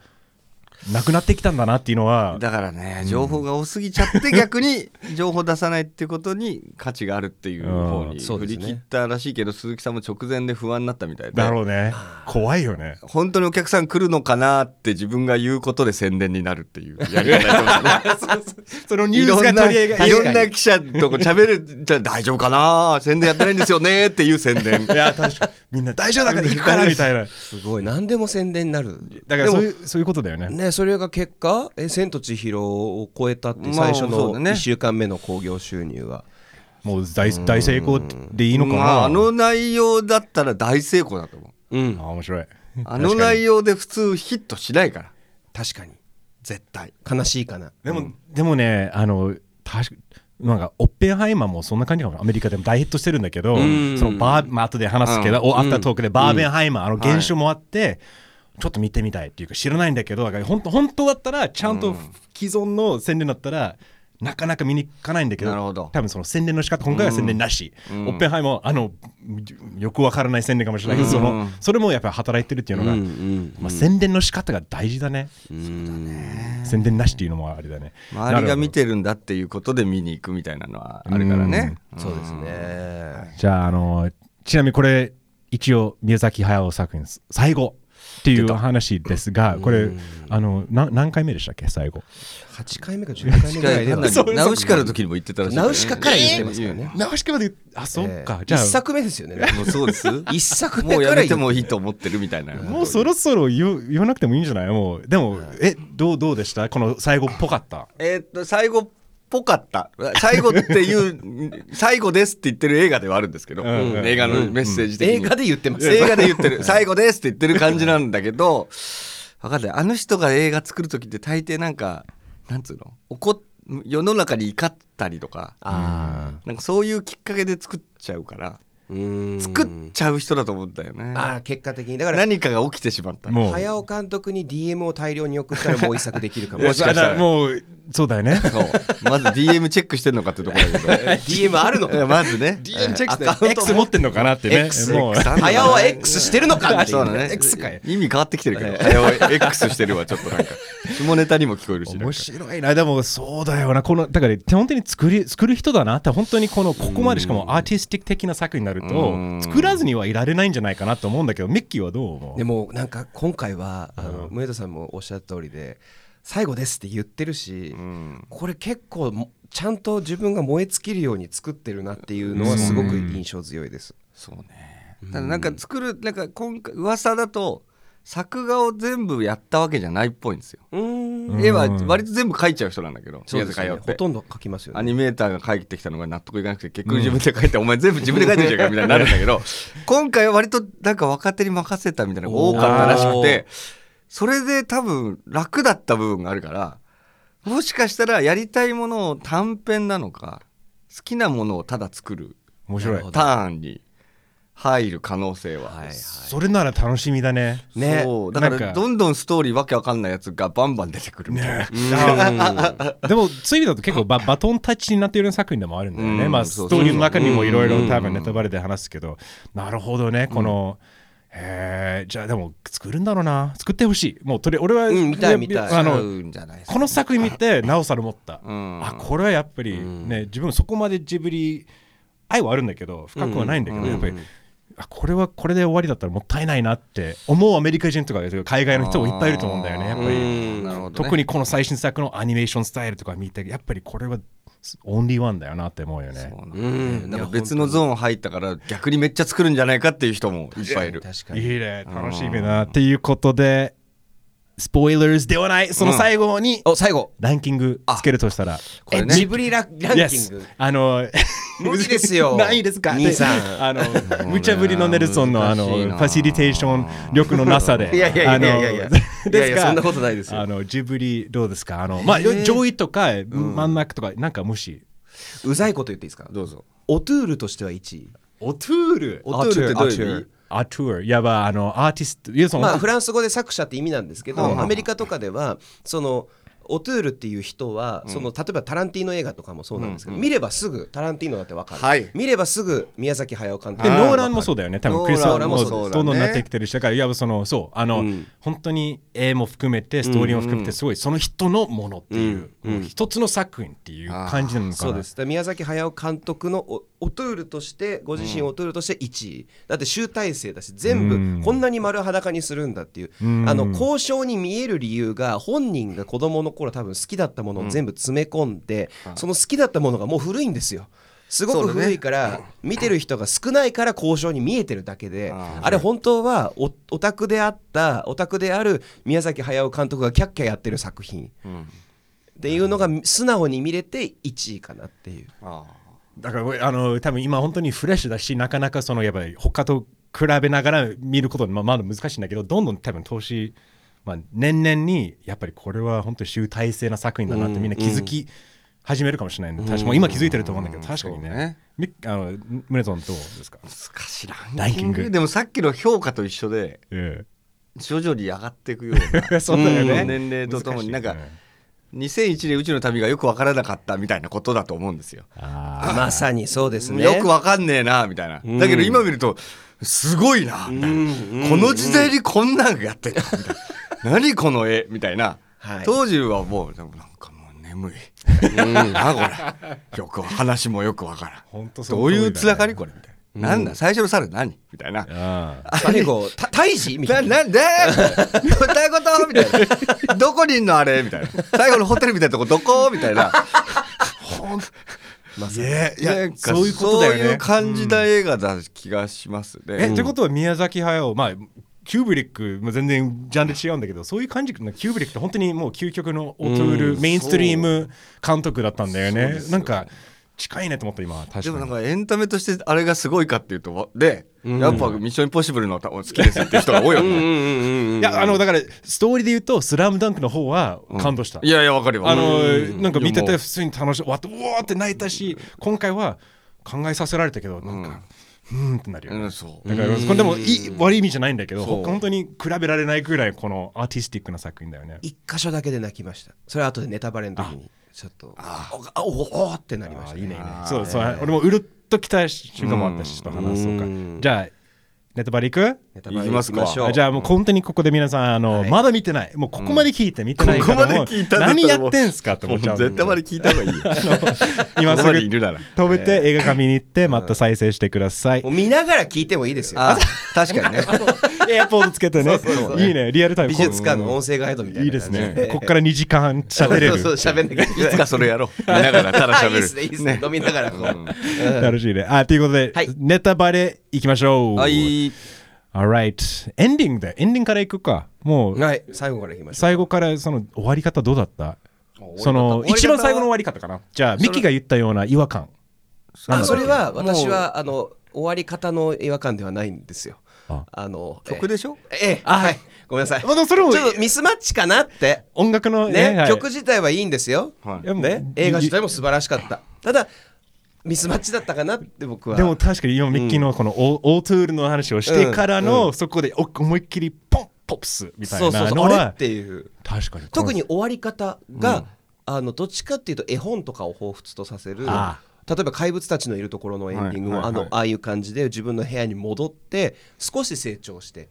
Speaker 1: なくなってきたんだなっていうのは、
Speaker 3: だからね情報が多すぎちゃって逆に情報出さないってことに価値があるっていう方
Speaker 1: う
Speaker 3: に
Speaker 2: んそう
Speaker 3: 振
Speaker 2: ですね
Speaker 3: り切ったらしいけど、鈴木さんも直前で不安になったみたいで
Speaker 1: だろうね怖いよね
Speaker 3: 本当にお客さん来るのかなって自分が言うことで宣伝になるっていうやり方やってますね
Speaker 1: その
Speaker 3: いろんな、
Speaker 1: 上げ
Speaker 3: いろんな記者とこ喋る、じゃあ大丈夫かな宣伝やってないんですよねっていう宣伝。
Speaker 1: いや確かにみんな大丈夫だから行くからみたいな
Speaker 2: すごい何でも宣伝になる
Speaker 1: だからそういうそういうことだよね
Speaker 2: ね、それが結果「え千と千尋」を超えたっていう
Speaker 3: まあ
Speaker 2: 最初
Speaker 3: そう
Speaker 2: の
Speaker 3: だね
Speaker 2: 1週間目の興行収入は、
Speaker 1: もう大大成功でいいのかな、
Speaker 3: まあ、あの内容だったら大成功だと思う。
Speaker 2: うん
Speaker 1: あ、面白い
Speaker 3: あの内容で普通ヒットしないから。
Speaker 2: 確かに
Speaker 3: 絶対。
Speaker 2: 悲しいかな
Speaker 1: でも、でもねあの確かなんかオッペンハイマーもそんな感じかもアメリカでも大ヒットしてるんだけど、
Speaker 2: ん
Speaker 1: そのバー、まあ後で話すけど、おアフタートークでバーベンハイマー、あの現象もあって、ちょっと見てみたいっていうか知らないんだけどだから本当本当だったらちゃんと既存の宣伝だったら、なかなか見に行かないんだけど
Speaker 3: なるほど
Speaker 1: 多分その宣伝の仕方今回は宣伝なし、オッペンハイマーあのよくわからない宣伝かもしれないけど、そのそれもやっぱり働いてるっていうのが、まあ、宣伝の仕方が大事だね。宣伝なしっていうのもあれだね。
Speaker 3: 周りが見てるんだっていうことで見に行くみたいなのはあるからね。
Speaker 2: そうですね
Speaker 1: じゃあ、あの、ちなみにこれ、一応、宮崎駿作品、最後っていう話ですが、これ、あの、な何回目でしたっけ、最後。
Speaker 2: 8回目か10回目ぐらいでは
Speaker 3: そうナウシカの時にも言ってたらしいから
Speaker 2: ナ
Speaker 3: ね。
Speaker 2: ウシカから言ってますからね、
Speaker 1: 直しかまで、あ、そ
Speaker 2: え
Speaker 1: っか、
Speaker 2: ー
Speaker 1: じゃ
Speaker 2: 一
Speaker 1: あ、
Speaker 2: 作目ですよね
Speaker 3: もう そうです。
Speaker 2: 一作目く
Speaker 3: もう
Speaker 2: らい
Speaker 3: やめてもいいと思ってるみたいな。
Speaker 1: もうそろそろ言う言わなくてもいいんじゃないもう、でも、え、どうどうでしたこの最後っぽかった。
Speaker 3: えーっと、最後っぽかった。最後っていう、最後ですって言ってる映画ではあるんですけど、
Speaker 1: ん
Speaker 3: 映画のメッセージ的に。
Speaker 2: 映画で言ってます
Speaker 3: 映画で言ってる。最後ですって言ってる感じなんだけど、分かんない。あの人が映画作る時って大抵なんか、なんつうの怒っ世の中に怒ったりとか、
Speaker 2: あ
Speaker 3: なんかそういうきっかけで作っちゃうから、作っちゃう人だと思ったよね
Speaker 2: ああ結果的にだから
Speaker 3: 何かが起きてしまった
Speaker 1: もう
Speaker 2: 早尾監督に DM を大量に送ったらもう一作できるか も
Speaker 3: も
Speaker 2: し
Speaker 3: し
Speaker 2: れな
Speaker 3: か
Speaker 2: い
Speaker 3: したら
Speaker 1: あだもうそうだよ ね
Speaker 3: そうまず DM チェックしてんのかってとこだけ
Speaker 2: DM あるの
Speaker 3: どいやまずね
Speaker 2: DM チェックして
Speaker 3: アカウント
Speaker 1: X 持ってんのかなってね
Speaker 3: X
Speaker 1: もう
Speaker 3: X あんのかな
Speaker 2: 早尾は X してるのかってい
Speaker 3: そうだね
Speaker 1: X かい
Speaker 3: 意味変わってきてるけど早尾 X してるわちょっとなんか下ネタにも聞こえるしなん
Speaker 1: 面
Speaker 3: か
Speaker 1: 白いなでもそうだよなこのだから本当に作り作る人だなって本当にこのここまでしかもアーティスティック的な作品になる
Speaker 3: うん
Speaker 1: と作らずにはいられないんじゃないかなと思うんだけどミッキーはどう思う
Speaker 2: でもなんか今回はあの宗田さんもおっしゃった通りで最後ですって言ってるし、
Speaker 3: うん
Speaker 2: これ結構もちゃんと自分が燃え尽きるように作ってるなっていうのはすごく印象強いです。
Speaker 3: そうねただなんか作るなんか今回噂だと作画を全部やったわけじゃないっぽいんですよ
Speaker 2: うん
Speaker 3: 絵は割と全部描いちゃう人なんだけど
Speaker 2: そうです
Speaker 3: 宮
Speaker 2: よね。
Speaker 3: 崎駿っ
Speaker 2: ほ
Speaker 3: て
Speaker 2: とんど書きますよ
Speaker 3: ア
Speaker 2: ね。
Speaker 3: ニメーターが描いてきたのが納得いかなくて結局自分で描いて、お前全部自分で描いてるじゃんかみたいになるんだけど今回は割となんか若手に任せたみたいなのが多かったらしくて それで多分楽だった部分があるからもしかしたらやりたいものを短編なのか好きなものをただ作る
Speaker 1: 面白
Speaker 2: ないるほど
Speaker 3: ターンに入る可能性は。
Speaker 2: はいはい。
Speaker 1: それなら楽しみだね
Speaker 2: ね
Speaker 3: そうだか
Speaker 1: なんから
Speaker 3: どんどんストーリーわけわかんないやつがバンバン出てくるみたいな、
Speaker 1: でもついだと結構ババトンタッチになっているような作品でもあるんだよね、
Speaker 3: うん
Speaker 1: まあ、
Speaker 3: そう
Speaker 1: ストーリーの中にもいろい
Speaker 2: う
Speaker 1: ろ
Speaker 2: ん
Speaker 1: 多分ネタバレで話すけど、なるほどねこの、へえじゃあでも作るんだろうな作ってほしいもうとり俺は、
Speaker 2: うん見たい見たい
Speaker 1: あ
Speaker 3: あ
Speaker 1: の
Speaker 3: るんじゃないですか
Speaker 1: この作品見てなおさら思った、
Speaker 3: うん
Speaker 1: あこれはやっぱりね、自分そこまでジブリ愛はあるんだけど深くはないんだけど、やっぱり、あこれはこれで終わりだったらもったいないなって思うアメリカ人とか海外の人もいっぱいいると思うんだよねやっぱり。
Speaker 3: なるほどね
Speaker 1: 特にこの最新作のアニメーションスタイルとか見てやっぱりこれはオンリーワンだよなって思うよね
Speaker 3: そうなんだ
Speaker 2: うん
Speaker 3: なんか別のゾーン入ったから逆にめっちゃ作るんじゃないかっていう人もいっぱいいる。
Speaker 2: 確か
Speaker 1: いい
Speaker 2: に。
Speaker 1: ね楽しみだなっていうことでスポイラーズではないその最後に
Speaker 2: お最後
Speaker 1: ランキングつけるとしたら
Speaker 2: これねジブリラランキング。
Speaker 1: Yes あの
Speaker 2: 無理ですよ
Speaker 1: ないですか
Speaker 2: 兄さん
Speaker 1: あの 無茶ぶりのネルソンのあ
Speaker 3: 難し
Speaker 1: の
Speaker 3: いな
Speaker 1: ファシリテーション力のなさで
Speaker 2: いやいやいやいやいや
Speaker 1: あの
Speaker 2: いやい
Speaker 1: です
Speaker 2: や
Speaker 1: が
Speaker 2: そんなことないですよ
Speaker 1: あのジブリどうですかあのまあ上位とか真ん中とかなんか無視
Speaker 2: うざいこと言っていいですか。
Speaker 3: どうぞ。
Speaker 2: オトゥールとしては1位。
Speaker 1: オトゥール
Speaker 3: オトゥールってどういう意
Speaker 2: ア
Speaker 3: 味
Speaker 2: トゥール
Speaker 1: アトゥール、いわばあのアーティスト、いやその
Speaker 2: まあ、フランス語で作者って意味なんですけ
Speaker 3: はいは
Speaker 2: ど
Speaker 3: い
Speaker 2: アメリカとかではそのオトゥールっていう人は、その例えばタランティーノ映画とかもそうなんですけど、見ればすぐタランティーノだって分かる、
Speaker 3: はい
Speaker 2: 見ればすぐ宮崎駿監督
Speaker 1: で
Speaker 2: だって
Speaker 1: ノー
Speaker 2: わか
Speaker 1: ラ
Speaker 2: る
Speaker 1: ンもそうだよね、多分
Speaker 3: ノーラ
Speaker 1: ク
Speaker 3: ン
Speaker 1: リスマス
Speaker 2: も
Speaker 1: も
Speaker 2: そうだ
Speaker 1: ど
Speaker 3: ね
Speaker 1: んどんなってきてるし、だからいわばその、そう、あの、本当に絵も含めて、ストーリーも含めて、すごいその人のものっていう、もう一つの作品っていう感じなのかな。
Speaker 2: そうですだから宮崎駿監督のオオトゥールとしてご自身オトゥールとして1位、だって集大成だし全
Speaker 1: うん
Speaker 2: 部こんなに丸裸にするんだっていう、
Speaker 1: ん
Speaker 2: あの交渉に見える理由が本人が子供の頃多分好きだったものを全部詰め込んで、その好きだったものがもう古いんですよ。すごく
Speaker 3: そうだね
Speaker 2: 古いから、見てる人が少ないから交渉に見えてるだけで
Speaker 3: あ
Speaker 2: あれ本当はおオタクであったオタクである宮崎駿監督がキャッキャやってる作品っていうのが素直に見れて1位かなっていう。
Speaker 3: あ
Speaker 1: だからこれあの多分今本当にフレッシュだしなかなかそのやっぱり他と比べながら見ることまあまだ難しいんだけどどんどん多分投資、まあ、年々にやっぱりこれは本当に集大成な作品だなってみんな気づき始めるかもしれないんで、確かもう今気づいてると思うんだけど確かに
Speaker 3: そうね
Speaker 1: ねみあのムネゾンどうですか、
Speaker 3: 難しい
Speaker 1: ランキング
Speaker 3: でもさっきの評価と一緒で
Speaker 1: え
Speaker 3: 徐々に上がっていくよう な
Speaker 1: え、 そうだよね、
Speaker 3: うん年齢とともになんか
Speaker 1: 難しいね
Speaker 3: 2001年うちの旅がよくわからなかったみたいなことだと思うんですよ。
Speaker 1: あ
Speaker 2: まさにそうですね。
Speaker 3: よくわかんねえなみたいな。だけど今見るとすごいなみたいな。この時代にこんなんやってたみたいな。何この絵みたいな
Speaker 2: はい。
Speaker 3: 当時はもうでもなんかもう眠い。なこれ。よくわ話もよくわからん。
Speaker 1: 本当そ
Speaker 3: ど
Speaker 1: の
Speaker 3: う
Speaker 1: 通り
Speaker 3: い
Speaker 1: だ
Speaker 3: う
Speaker 1: ね
Speaker 3: つながりこれみたいな。なんだ最初の猿何みたいな。
Speaker 1: ああ
Speaker 2: 最後、た大使みた
Speaker 3: ない
Speaker 2: な。
Speaker 3: なんでどういうことみたいな。どこにいんのあれみたいな。最後のホテルみたいなとこどこみたいな。
Speaker 1: いやいや
Speaker 3: なんか
Speaker 1: そういうことだよね
Speaker 3: そういう感じた映画だ気がします
Speaker 1: え、
Speaker 3: ね。
Speaker 1: ってことは宮崎駿まあキューブリック、まあ、全然ジャンル違うんだけどそういう感じなキューブリックって本当にもう究極のオートゥール、メインストリーム監督だったんだよねなんか近いねと思った今確かに
Speaker 3: でもなんかエンタメとしてあれがすごいかっていうとで、やっぱミッションインポッシブルの歌お好きですっていう人が多いよね。
Speaker 1: いやあのだからストーリーで言うと「スラムダンクの方は感動した、
Speaker 3: いやいやわかるよ。
Speaker 1: あ
Speaker 3: うん
Speaker 1: のなんか見て
Speaker 3: いや
Speaker 1: て
Speaker 3: も
Speaker 1: 普通に楽しいわってうわーって泣いたし今回は考えさせられたけどなんかうーんってなるよね
Speaker 3: うん、そう。
Speaker 1: だからこれでもいい悪い意味じゃないんだけど
Speaker 3: そう
Speaker 1: 本当に比べられないくらいこのアーティスティックな作品だよね
Speaker 2: 一箇所だけで泣きましたそれは後でネタバレの時にちょっとおおおおってなりました
Speaker 1: いいねいいね
Speaker 3: あー
Speaker 1: そうそう俺もうるっときた瞬間もあったしちょっと話そうか
Speaker 2: うん
Speaker 1: じゃあネタバレいく
Speaker 2: ネタバレ
Speaker 3: いきますか
Speaker 2: 行きしょう
Speaker 1: じゃあもう本当にここで皆さんあの、
Speaker 2: はい
Speaker 1: まだ見てないもうここまで聞いて見てないから、
Speaker 3: ここまで聞いたんだったら
Speaker 1: 何やってんすかって思っちゃう
Speaker 3: もう絶対まで聞いた方がいいよ。
Speaker 1: 今
Speaker 3: こ
Speaker 1: す
Speaker 3: こま
Speaker 1: ぐ
Speaker 3: でいるなら。
Speaker 1: 止めて映画館見に行ってまた再生してください、
Speaker 2: もう見ながら聞いてもいいですよ
Speaker 3: あ確かにね。
Speaker 1: エアポードつけてね
Speaker 2: そうそうそう
Speaker 1: いいねリアルタイム
Speaker 2: 美術館の音声ガイドみたいない
Speaker 1: いですねこっから2時間喋れる
Speaker 2: そうそう喋んなきゃいけ
Speaker 3: い
Speaker 2: ない
Speaker 3: つかそれやろう。見ながらただ
Speaker 2: あい
Speaker 3: 喋る。
Speaker 2: いですねいいですね飲みながらこう
Speaker 1: 楽しいねあということで、
Speaker 2: はい
Speaker 1: ネタバレいきましょう
Speaker 3: はい。
Speaker 1: Alright エンディングだエンディングからいくかもう
Speaker 2: はい最後からいきましょう
Speaker 1: 最後からその終わり方どうだったその
Speaker 2: 終わり方
Speaker 1: 一番最後の終わり方かなじゃあミキが言ったような違和感
Speaker 2: あそれは私はあの終わり方の違和感ではないんですよ
Speaker 1: あ
Speaker 2: あの
Speaker 3: 曲でしょ
Speaker 2: ええええはいごめんなさいち
Speaker 1: まあ
Speaker 2: ょ
Speaker 1: でもそれも
Speaker 2: っとミスマッチかなって
Speaker 1: 音楽の
Speaker 2: ね
Speaker 1: はい
Speaker 2: 曲自体はいいんですよ
Speaker 3: はい
Speaker 1: いやもう
Speaker 2: ね映画自体も素晴らしかったただミスマッチだったかなって僕は
Speaker 1: でも確かに今ミッキーのこのオーオートゥールの話をしてからのそこでお思いっきりポンポッスみた
Speaker 2: そう
Speaker 1: い
Speaker 2: そう
Speaker 1: な
Speaker 2: そ
Speaker 1: の
Speaker 2: うあれっ
Speaker 1: は
Speaker 2: ていう
Speaker 1: 確かに
Speaker 2: 特に終わり方が、あのどっちかっていうと絵本とかを彷彿とさせる
Speaker 1: あ
Speaker 2: 例えば怪物たちのいるところのエンディングも、
Speaker 3: はいはいはい
Speaker 2: あのああいう感じで自分の部屋に戻って少し成長して、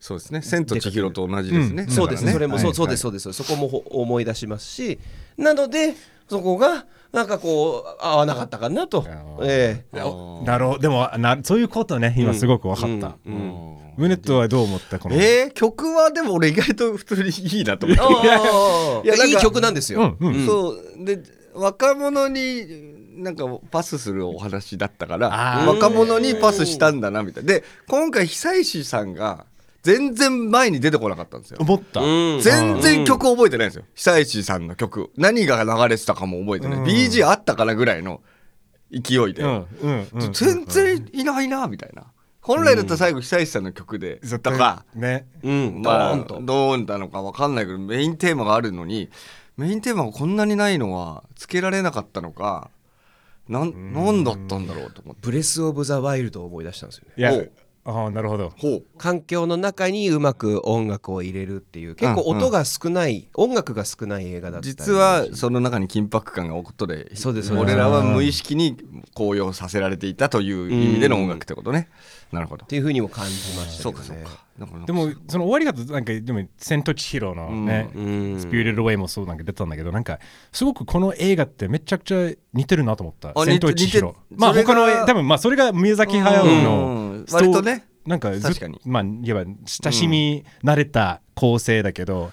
Speaker 3: そうですね。千と千尋と同じですね。
Speaker 2: そうですねそれも、
Speaker 3: はい
Speaker 2: そうそうですそうです、そこもほ思い出しますしなのでそこがなんかこう合わなかったかなと
Speaker 1: あ、
Speaker 2: ええ
Speaker 3: あ
Speaker 1: なるほどでもなそういうことね今すごく分かったムネットはどう思ったこの
Speaker 3: えー、曲はでも俺意外と普通にいいなと思って
Speaker 2: おーおーおー
Speaker 3: いやなんか
Speaker 2: いい曲なんですよ、
Speaker 1: うんうん
Speaker 3: そうで若者になんかパスするお話だったから
Speaker 1: あー
Speaker 3: 若者にパスしたんだなみたいなで今回久石さんが全然前に出てこなかったんですよ
Speaker 1: 思った
Speaker 2: うん
Speaker 3: 全然曲覚えてないんですよ久石さんの曲何が流れてたかも覚えてない BG あったかなぐらいの勢いで
Speaker 1: うんうんうん
Speaker 3: 全然いないなみたいな本来だったら最後久石さんの曲でとか
Speaker 1: ね
Speaker 2: うん
Speaker 3: ま
Speaker 2: ド
Speaker 3: あ
Speaker 2: ーンと、
Speaker 3: どうなのか分かんないけどメインテーマがあるのにメインテーマがこんなにないのはつけられなかったのかなんなんだったんだろうと思って
Speaker 2: ブレス・オブ・ザ・ワイルドを思い出したんですよね
Speaker 1: いや
Speaker 3: おう
Speaker 1: ああなるほど
Speaker 3: ほう
Speaker 2: 環境の中にうまく音楽を入れるっていう結構音が少ない、音楽が少ない映画だったり
Speaker 3: 実はその中に緊迫感が起こっとで
Speaker 2: そうですそうです
Speaker 3: 俺らは無意識に高揚させられていたという意味での音楽ってことねなるほど
Speaker 2: っていうふうにも感じました
Speaker 3: そう
Speaker 2: け
Speaker 3: か
Speaker 2: ど
Speaker 3: そう
Speaker 2: ね
Speaker 3: かなんかなんか
Speaker 1: でもその終わり方なんかでも「千と千尋」のね「
Speaker 2: うん
Speaker 1: スピリット・ウェイ」もそうなんか出てたんだけどなんかすごくこの映画ってめちゃくちゃ似てるなと思った「
Speaker 3: あ
Speaker 1: 千と
Speaker 3: 似て
Speaker 1: 千尋
Speaker 3: 似て」
Speaker 1: まあ
Speaker 3: それが
Speaker 1: 他の絵多分まあそれが宮崎駿
Speaker 3: う
Speaker 1: の
Speaker 3: ん割とね
Speaker 1: なんかずっ
Speaker 3: 確かに
Speaker 1: まあいわば親しみ慣れた構成だけど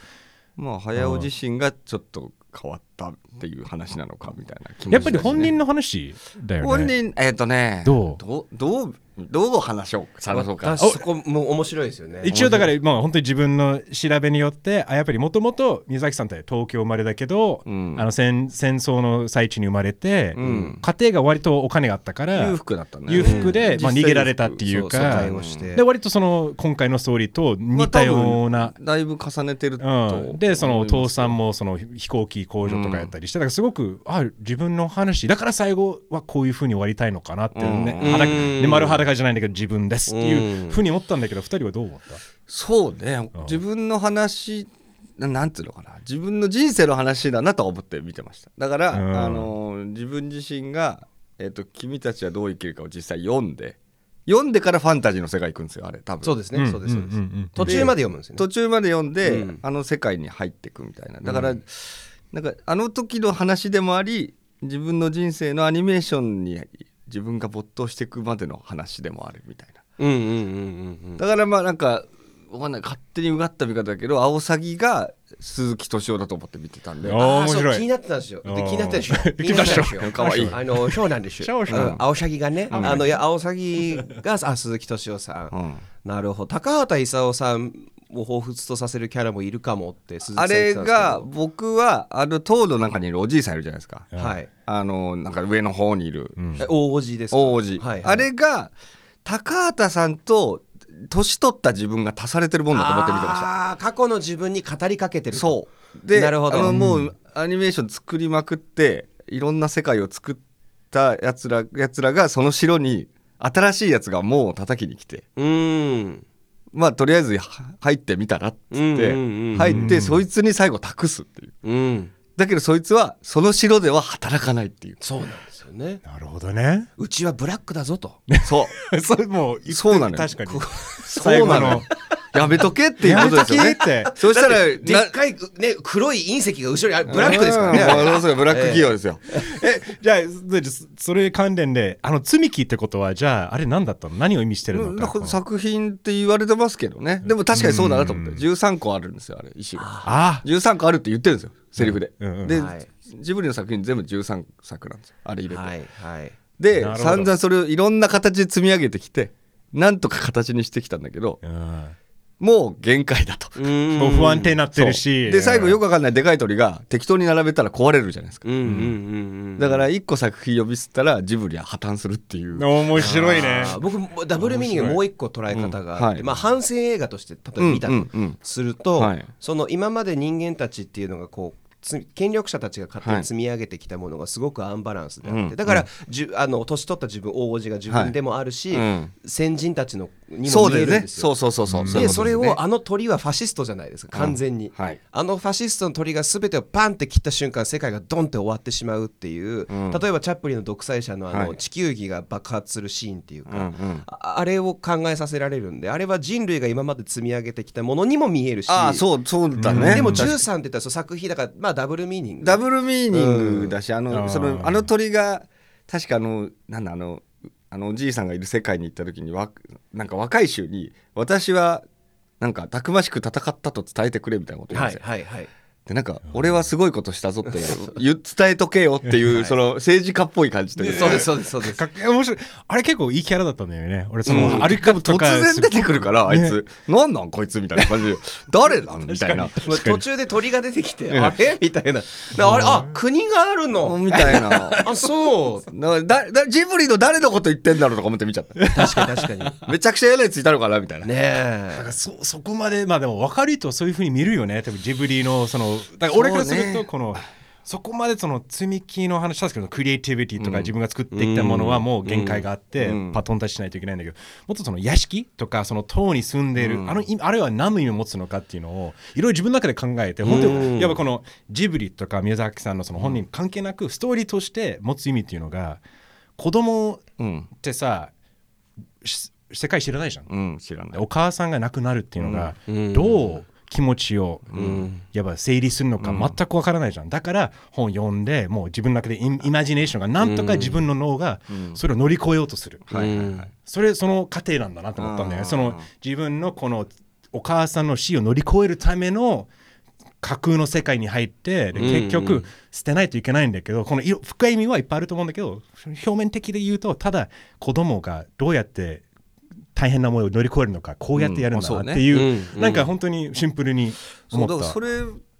Speaker 3: まあ早尾自身がちょっと変わったっていう話なのかみたいな気もしますね
Speaker 1: やっぱり本人の話だよね
Speaker 3: 本人えっ、とね
Speaker 1: どう
Speaker 3: どうどうどう話しよう探そうか
Speaker 2: 私そこも面白いですよね
Speaker 1: 一応だからまあ本当に自分の調べによってあやっぱりもともと宮崎さんって東京生まれだけど、
Speaker 3: うん
Speaker 1: あの戦戦争の最中に生まれて、
Speaker 3: ん
Speaker 1: 家庭が割とお金があったから
Speaker 3: 裕福だったね
Speaker 1: 裕福で、
Speaker 3: うん
Speaker 1: まあ、
Speaker 3: 実際
Speaker 1: 逃げられたっていう
Speaker 2: そう疎
Speaker 1: か
Speaker 2: 開をして
Speaker 1: で割とその今回のストーリーと似たような。
Speaker 3: だいぶ重ねてると、
Speaker 1: うん、でそのお父さんもその飛行機工場とかやったりして、だからすごくあ自分の話だから最後はこういうふうに終わりたいのかなっていうね、
Speaker 2: うん
Speaker 1: 裸
Speaker 2: うん
Speaker 1: で丸裸じゃないんだけど自分ですっていううんふうに思ったんだけど二人はどう思った
Speaker 3: そうね
Speaker 1: うん
Speaker 3: 自分の話ななんつうのかな自分の人生の話だなとは思って見てましただから、
Speaker 1: うん
Speaker 3: あのー自分自身が、えっと君たちはどう生きるかを実際読んで読んでからファンタジーの世界行くんですよあれ多分
Speaker 2: そうですね、そうですそうです、
Speaker 1: んんん
Speaker 2: 途中まで読むんですよね
Speaker 3: 途中まで読んで、
Speaker 2: うん
Speaker 3: あの世界に入っていくみたいなだから、なんかあの時の話でもあり自分の人生のアニメーションに自分が没頭していくまでの話でもあるみたいな
Speaker 2: うんうんうんうん
Speaker 3: だからまあなんかわかんない勝手にうがった見方だけどアオサギが鈴木敏夫だと思って見てたんで
Speaker 1: あー面白い
Speaker 2: そう気になってたんですよ。で
Speaker 1: あー
Speaker 2: 気になってたでしょ。気
Speaker 1: 気
Speaker 2: に
Speaker 1: にな
Speaker 2: なっ
Speaker 1: ってて
Speaker 2: た
Speaker 1: たで
Speaker 2: でし
Speaker 1: し
Speaker 2: ょ
Speaker 1: ょ。
Speaker 3: かわいい
Speaker 2: あの、そうなんですよ。
Speaker 1: そうそう
Speaker 2: うんアオサギがね、あの、いや、アオサギが、あ、鈴木敏夫さ。
Speaker 3: うんん
Speaker 2: なるほど。高畑勲さんを彷彿とさせるキャラもいるかもって、鈴木さ
Speaker 3: あ
Speaker 2: ん言って
Speaker 3: れ
Speaker 2: たんですけど
Speaker 3: が、僕はあの塔の中にいるおじいさんいるじゃないですか、
Speaker 2: はい。
Speaker 3: あのなんか上の方にいる
Speaker 2: え大王子ですか。
Speaker 3: 大王子、
Speaker 2: はい。
Speaker 3: あれが高畑さんと年取った自分が足されてるもんだと思って見てました
Speaker 2: ああー、過去の自分に語りかけてる。
Speaker 3: そうで
Speaker 2: なるほど
Speaker 3: あのもうアニメーション作りまくっていろんな世界を作ったやつらやつらがその城に新しいやつが門を叩きに来て
Speaker 2: うん。
Speaker 3: まあとりあえずは入ってみたらっつって、
Speaker 2: うんうんうん
Speaker 3: 入ってそいつに最後託すっていう
Speaker 2: うん。
Speaker 3: だけどそいつはその城では働かないっ ていう
Speaker 2: そうなんですよね。
Speaker 1: なるほどね
Speaker 2: うちはブラックだぞと。
Speaker 3: そう
Speaker 1: それもう
Speaker 3: そうなのよ
Speaker 1: 確かに
Speaker 3: そうなのやめとけっていうことですよ
Speaker 1: やめ
Speaker 3: ね
Speaker 1: とけって
Speaker 3: そしたら
Speaker 2: でっかい、ね、黒い隕石が後ろにある、ブラックですから
Speaker 3: ね
Speaker 2: ね。
Speaker 3: ブラック企業ですよ、
Speaker 1: えじゃあでそそれ関連であの積み木ってことはじゃああれ何だったの何を意味してる
Speaker 3: うん
Speaker 1: の
Speaker 3: なん
Speaker 1: か
Speaker 3: か作品って言われてますけどねでも確かにそうだなと思って13個あるんですよあれ石が
Speaker 1: あ
Speaker 3: 13個あるって言ってるんですよセリフで、
Speaker 1: うんうん
Speaker 3: で、
Speaker 2: はい
Speaker 3: ジブリの作品全部13作なんですよあれ入れて、
Speaker 2: はい、はい。
Speaker 3: で
Speaker 1: なるほど
Speaker 3: 散々それをいろんな形で積み上げてきてなんとか形にしてきたんだけど
Speaker 1: うん
Speaker 3: もう限界だと。
Speaker 2: うん
Speaker 1: もう不安定になってるし
Speaker 3: で最後よくわかんないでかい鳥が適当に並べたら壊れるじゃないですか
Speaker 2: うんうんうんうん。
Speaker 3: だから1個作品呼び捨てたらジブリは破綻するっていう
Speaker 1: 面白いね
Speaker 2: あー僕もダブルミーニングもう一個捉え方があって、
Speaker 3: うんはい
Speaker 2: まあ、反省映画として例えば見た
Speaker 3: うん
Speaker 2: と
Speaker 3: うんうん
Speaker 2: すると、
Speaker 3: はい
Speaker 2: その今まで人間たちっていうのがこうつ権力者たちが勝手に積み上げてきたものがすごくアンバランスであって、
Speaker 3: はいうん
Speaker 2: だから、じゅあの年取った自分大叔父が自分でもあるし、
Speaker 3: はいうん
Speaker 2: 先人たちのに
Speaker 3: そ
Speaker 2: も
Speaker 3: う
Speaker 2: 見
Speaker 3: で
Speaker 2: える
Speaker 3: す
Speaker 2: ん
Speaker 3: ね
Speaker 2: ですよ。
Speaker 3: そうそうそうそう、そう
Speaker 2: で
Speaker 3: いうこ
Speaker 2: そ
Speaker 3: とで
Speaker 2: れ
Speaker 3: すね
Speaker 2: をあの鳥はファシストじゃないですか完全に、
Speaker 3: うんはい
Speaker 2: あのファシストの鳥が全てをパンって切った瞬間世界がドンって終わってしまうっていう、
Speaker 3: うん
Speaker 2: 例えばチャップリンの独裁者のあ
Speaker 3: は
Speaker 2: の
Speaker 3: い
Speaker 2: 地球儀が爆発するシーンっていうか、
Speaker 3: うんうん
Speaker 2: ああれを考えさせられるんであれは人類が今まで積み上げてきたものにも見えるし
Speaker 3: ああそうそうだね、
Speaker 2: でも13って言ったらそう作品だからまあダブルミーニング
Speaker 3: ダブルミーニングだし、あの
Speaker 1: あー
Speaker 3: そのあの鳥が確かあのなんだあのあのおじいさんがいる世界に行った時にわなんか若い衆に私はなんかたくましく戦ったと伝えてくれみたいなこと言うん
Speaker 2: は
Speaker 3: で
Speaker 2: い
Speaker 3: すよ。
Speaker 2: はいはい
Speaker 3: でなんか俺はすごいことしたぞって言う伝えとけよって いうその政治家っぽい感じというか
Speaker 2: そうですそうですそう です
Speaker 1: かっ面白いあれ結構いいキャラだったんだよね俺その歩き方と
Speaker 3: 突
Speaker 1: か
Speaker 3: 然出てくるからあいつ、なんなんこいつみたいな感 じで誰なんみたいな
Speaker 2: まあ途中で鳥が出てき てあれみたいなだからあれあ国があるの
Speaker 3: みたいな
Speaker 2: あそう
Speaker 3: なだだジブリの誰のこと言ってんだろうとか思って見ちゃった
Speaker 2: 確かに確かにね
Speaker 3: めちゃくちゃ嫌なやついたのかなみたいな
Speaker 1: だ
Speaker 2: え
Speaker 1: からそそこまでまあでも分かる人はそういうふうに見るよね多分ジブリのそのだから俺からす
Speaker 3: そうね
Speaker 1: るとこのそ,、こまでその積み木の話したんですけどクリエイティビティとか自分が作ってきたものはもう限界があって、
Speaker 3: うん
Speaker 1: パトンタしないといけないんだけどもっとその屋敷とかその塔に住んでいる、あのいあれは何の意味を持つのかっていうのをいろいろ自分の中で考えて本当
Speaker 2: うん
Speaker 1: にやっぱこのジブリとか宮崎さんのその本人関係なくストーリーとして持つ意味っていうのが子供
Speaker 3: うん
Speaker 1: ってさし世界知らないじゃん。
Speaker 3: うん知らない
Speaker 1: お母さんが亡くなるっていうのが
Speaker 2: うん
Speaker 1: どう気持ちを
Speaker 2: ん
Speaker 1: やっぱ整理するのか全くわからないじゃんだから本読んでもう自分の中でインイマジネーションがなんとか自分の脳がそれを乗り越えようとする
Speaker 3: はいはいはい
Speaker 1: それその過程なんだなと思ったんだよ
Speaker 3: あ
Speaker 1: ね
Speaker 3: ー
Speaker 1: その自分のこのお母さんの死を乗り越えるための架空の世界に入ってで
Speaker 2: う
Speaker 1: 結
Speaker 2: ん
Speaker 1: 局捨てないといけないんだけどこの色深い意味はいっぱいあると思うんだけど表面的で言うとただ子供がどうやって大変な思いを乗り越えるのかこうやってやるんだ
Speaker 3: うんま
Speaker 1: なっ
Speaker 3: あそうね
Speaker 1: ていう
Speaker 2: うん
Speaker 1: なんか本当にシンプルに
Speaker 3: そ
Speaker 1: 思
Speaker 3: うだ
Speaker 1: っ
Speaker 3: から
Speaker 1: た
Speaker 3: そ。れ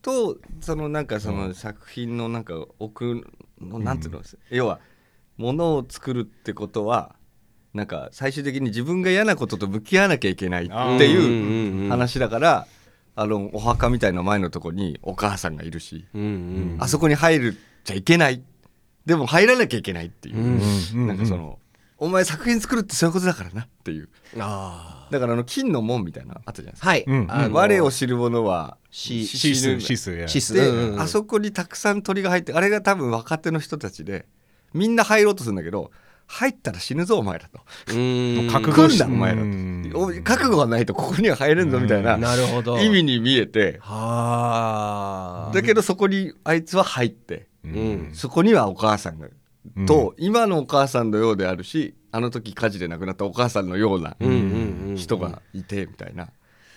Speaker 3: とそのなんかその作品のなんか奥のなんていうの、要はものを作るってことはなんか最終的に自分が嫌なことと向き合わなきゃいけないって
Speaker 2: うんうん
Speaker 3: いううん話だからあのお墓みたいな前のとこにお母さんがいるし、
Speaker 2: うんうん
Speaker 3: あそこに入るじゃいけないでも入らなきゃいけないっていう、
Speaker 1: うん
Speaker 3: なんかその、お前作品作るってそういうことだからなっていう
Speaker 2: あ
Speaker 3: だからあの金の門みたいなのあったじゃないですか
Speaker 2: ーはい
Speaker 1: うん
Speaker 2: あの
Speaker 3: 我を知る者は
Speaker 2: し
Speaker 1: シスシ
Speaker 3: 死
Speaker 1: スや
Speaker 2: シス
Speaker 3: で、
Speaker 2: うんうん
Speaker 3: あそこにたくさん鳥が入ってあれが多分若手の人たちでみんな入ろうとするんだけど入ったら死ぬぞお前らと
Speaker 2: うん
Speaker 1: 覚悟
Speaker 3: 来ん
Speaker 1: し
Speaker 3: な
Speaker 1: た
Speaker 3: お前ら
Speaker 1: うん
Speaker 3: とお覚悟がないとここには入れんぞみたいな
Speaker 2: なるほど
Speaker 3: 意味に見えて
Speaker 2: はあ
Speaker 3: だけどそこにあいつは入って
Speaker 2: うん
Speaker 3: そこにはお母さんが
Speaker 1: うん
Speaker 3: と今のお母さんのようであるしあの時火事で亡くなったお母さんのような
Speaker 2: うんうんうん
Speaker 3: 人がいてみたいな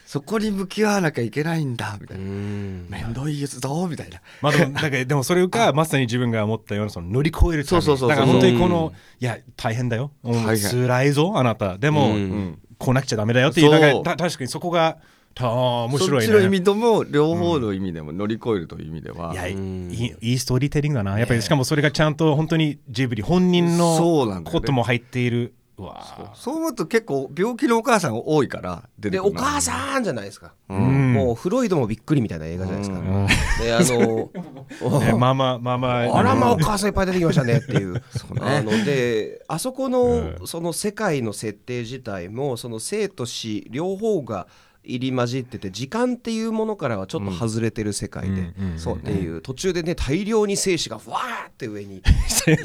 Speaker 3: そこに向き合わなきゃいけないんだみたいな
Speaker 2: うん
Speaker 3: 面倒いやつぞみたいな。
Speaker 1: まあでもだけどでもそれ がまさに自分が思ったようなその乗り越えるために
Speaker 3: そうそうそうそう
Speaker 1: だから本当にこのいや大変だよもう
Speaker 3: 大変
Speaker 1: 辛いぞあなたでも、
Speaker 2: うん
Speaker 1: こうなっちゃダメだよっていう
Speaker 3: そう
Speaker 1: だからた確かにそこがた面白い
Speaker 3: そっちの意
Speaker 1: ね
Speaker 3: 味とも両方の意味でも乗り越えるという意味では、
Speaker 1: いやい
Speaker 2: うん
Speaker 1: いいいストーリーテリングだなやっぱりしかもそれがちゃんと本当にジブリ本人
Speaker 3: そう
Speaker 1: の
Speaker 3: なんだよね
Speaker 1: ことも入っているうわ
Speaker 3: そう思うと結構病気のお母さんが多いから出
Speaker 2: で
Speaker 3: てくる
Speaker 2: お
Speaker 3: の
Speaker 2: 母さんじゃないですか、
Speaker 1: ん
Speaker 2: もうフロイドもびっくりみたいな映画じゃないですか、
Speaker 1: ん
Speaker 2: で あの
Speaker 1: ー
Speaker 2: お
Speaker 1: ねまあまあまあまあ
Speaker 2: あらまあお
Speaker 1: うん
Speaker 2: 母さんいっぱい出てきましたねっていうあのであそこ
Speaker 1: う
Speaker 2: のその世界の設定自体もその生と死両方が入り混じってて時間っていうものからはちょっと外れてる世界で、
Speaker 1: うんうん
Speaker 2: そうっていう途中でね大量に精子がふわーって上に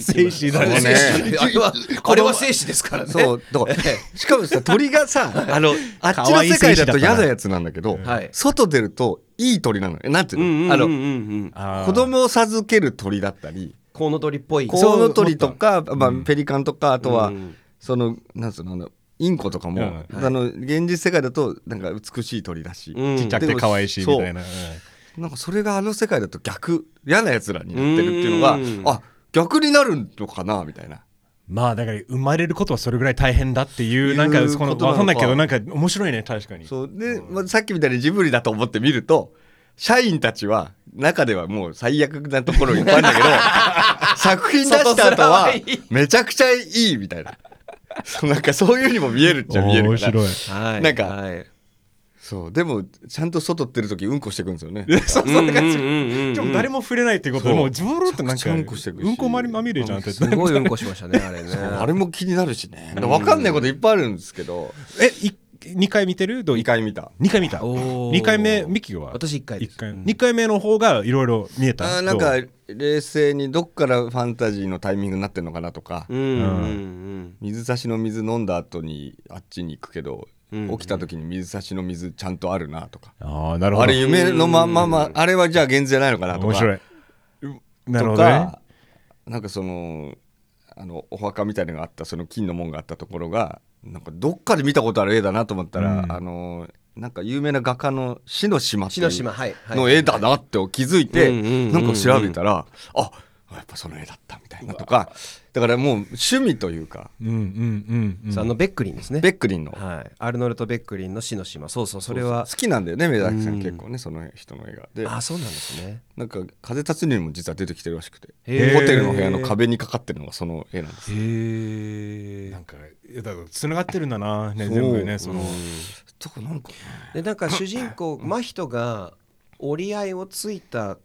Speaker 1: 精子だね
Speaker 3: そうね
Speaker 2: あれは あれは精子ですからね
Speaker 3: そうだからしかもさ鳥がさあのあっちの世界だと嫌なやつなんだけど
Speaker 2: はい
Speaker 3: 外出るといい鳥なのよなんて
Speaker 2: うんうん
Speaker 3: いう
Speaker 2: ん
Speaker 3: うのあ
Speaker 2: うんう
Speaker 3: の
Speaker 2: ん
Speaker 1: あー
Speaker 3: 子供を授ける鳥だったり
Speaker 2: コウノトリっぽい
Speaker 3: コウノトリとか、まあ、ペリカンとかあとは、
Speaker 2: うん
Speaker 3: そのなんつうのあのインコとかも、
Speaker 1: うん
Speaker 3: あの現実世界だとなんか美しい鳥だし、
Speaker 2: うん
Speaker 1: ちっちゃくて可愛いしみたいな
Speaker 3: なんかそれがあの世界だと逆嫌なやつらになってるっていうのが
Speaker 2: うん
Speaker 3: あ逆になるのかなみたいな。
Speaker 1: まあだから生まれることはそれぐらい大変だっていうなん
Speaker 3: い
Speaker 1: か
Speaker 3: う
Speaker 1: この
Speaker 3: ことなの
Speaker 1: わ
Speaker 3: か
Speaker 1: かんないけどなんか面白いね確かに
Speaker 3: そうで、まあ、さっきみたいにジブリだと思って見ると社員たちは中ではもう最悪なところいっぱいあるんだけど作品出した後はめちゃくちゃいいみたいなそうなんかそういうふうにも見えるっちゃ見える
Speaker 1: 面
Speaker 3: か
Speaker 1: 白
Speaker 3: ら
Speaker 1: い
Speaker 2: はい
Speaker 3: なんか
Speaker 2: はい
Speaker 3: そうでもちゃんと外出る時うんこしてくんですよね
Speaker 1: そう
Speaker 2: うん
Speaker 1: そう
Speaker 2: うん
Speaker 1: だからちょ
Speaker 2: うんうん
Speaker 1: でも誰も触れないっていうこと
Speaker 3: そ
Speaker 1: で
Speaker 3: う
Speaker 1: もうズボロってなん
Speaker 3: めちゃくち
Speaker 1: か
Speaker 3: ゃうんこしてくし
Speaker 1: うんこまりまみれじゃんって
Speaker 2: すごいうんこしましたねあれね
Speaker 3: あれも気になるしね分かんないこといっぱいあるんですけど
Speaker 1: えい2回見てるどう
Speaker 3: 2回見た
Speaker 1: 二回見た
Speaker 2: おー
Speaker 1: 2回目ミキは
Speaker 2: 私一回です
Speaker 1: 一二回目の方がいろいろ見えた
Speaker 3: あーなんか
Speaker 1: どう
Speaker 3: 冷静にどっからファンタジーのタイミングになってんのかなとか
Speaker 2: うんうん
Speaker 3: 水差しの水飲んだ後にあっちに行くけど、起きた時に水差しの水ちゃんとあるなとか、
Speaker 1: ああなるほ
Speaker 3: あ
Speaker 1: ど
Speaker 3: れ夢のまんま、まあれはじゃあ現実じゃないのかなとか
Speaker 1: 面白いなるほ
Speaker 3: と
Speaker 1: どね
Speaker 3: かなんかそのあのお墓みたいなのがあったその金の門があったところがなんかどっかで見たことある絵だなと思ったら、
Speaker 1: うん
Speaker 3: あのなんか有名な画家の死の島って
Speaker 2: 死
Speaker 3: い
Speaker 2: の
Speaker 3: う
Speaker 2: 島はいはい
Speaker 3: の絵だなって気づいて
Speaker 2: うんうんうんうん
Speaker 3: なんか調べたらあやっぱその絵だったみたいなとかだからもう趣味というか
Speaker 1: うんうんうんうん
Speaker 2: そうあのベックリンですね
Speaker 3: ベックリンの
Speaker 2: はいアルノルト・ベックリンの死の島そうそうそれは
Speaker 3: 好きなんだよね目崎さん結構ねその人の映画で
Speaker 2: あそうなんですね
Speaker 3: なんか「風立つに」も実は出てきてるらしくて
Speaker 2: へー
Speaker 3: ホテルの部屋の壁にかかってるのがその絵なんです
Speaker 2: へ
Speaker 1: なんかいやだから繋がってるんだなね
Speaker 3: そう
Speaker 1: 全部ねその
Speaker 3: とかなんか
Speaker 2: でなんか主人公真人が折り合いをついた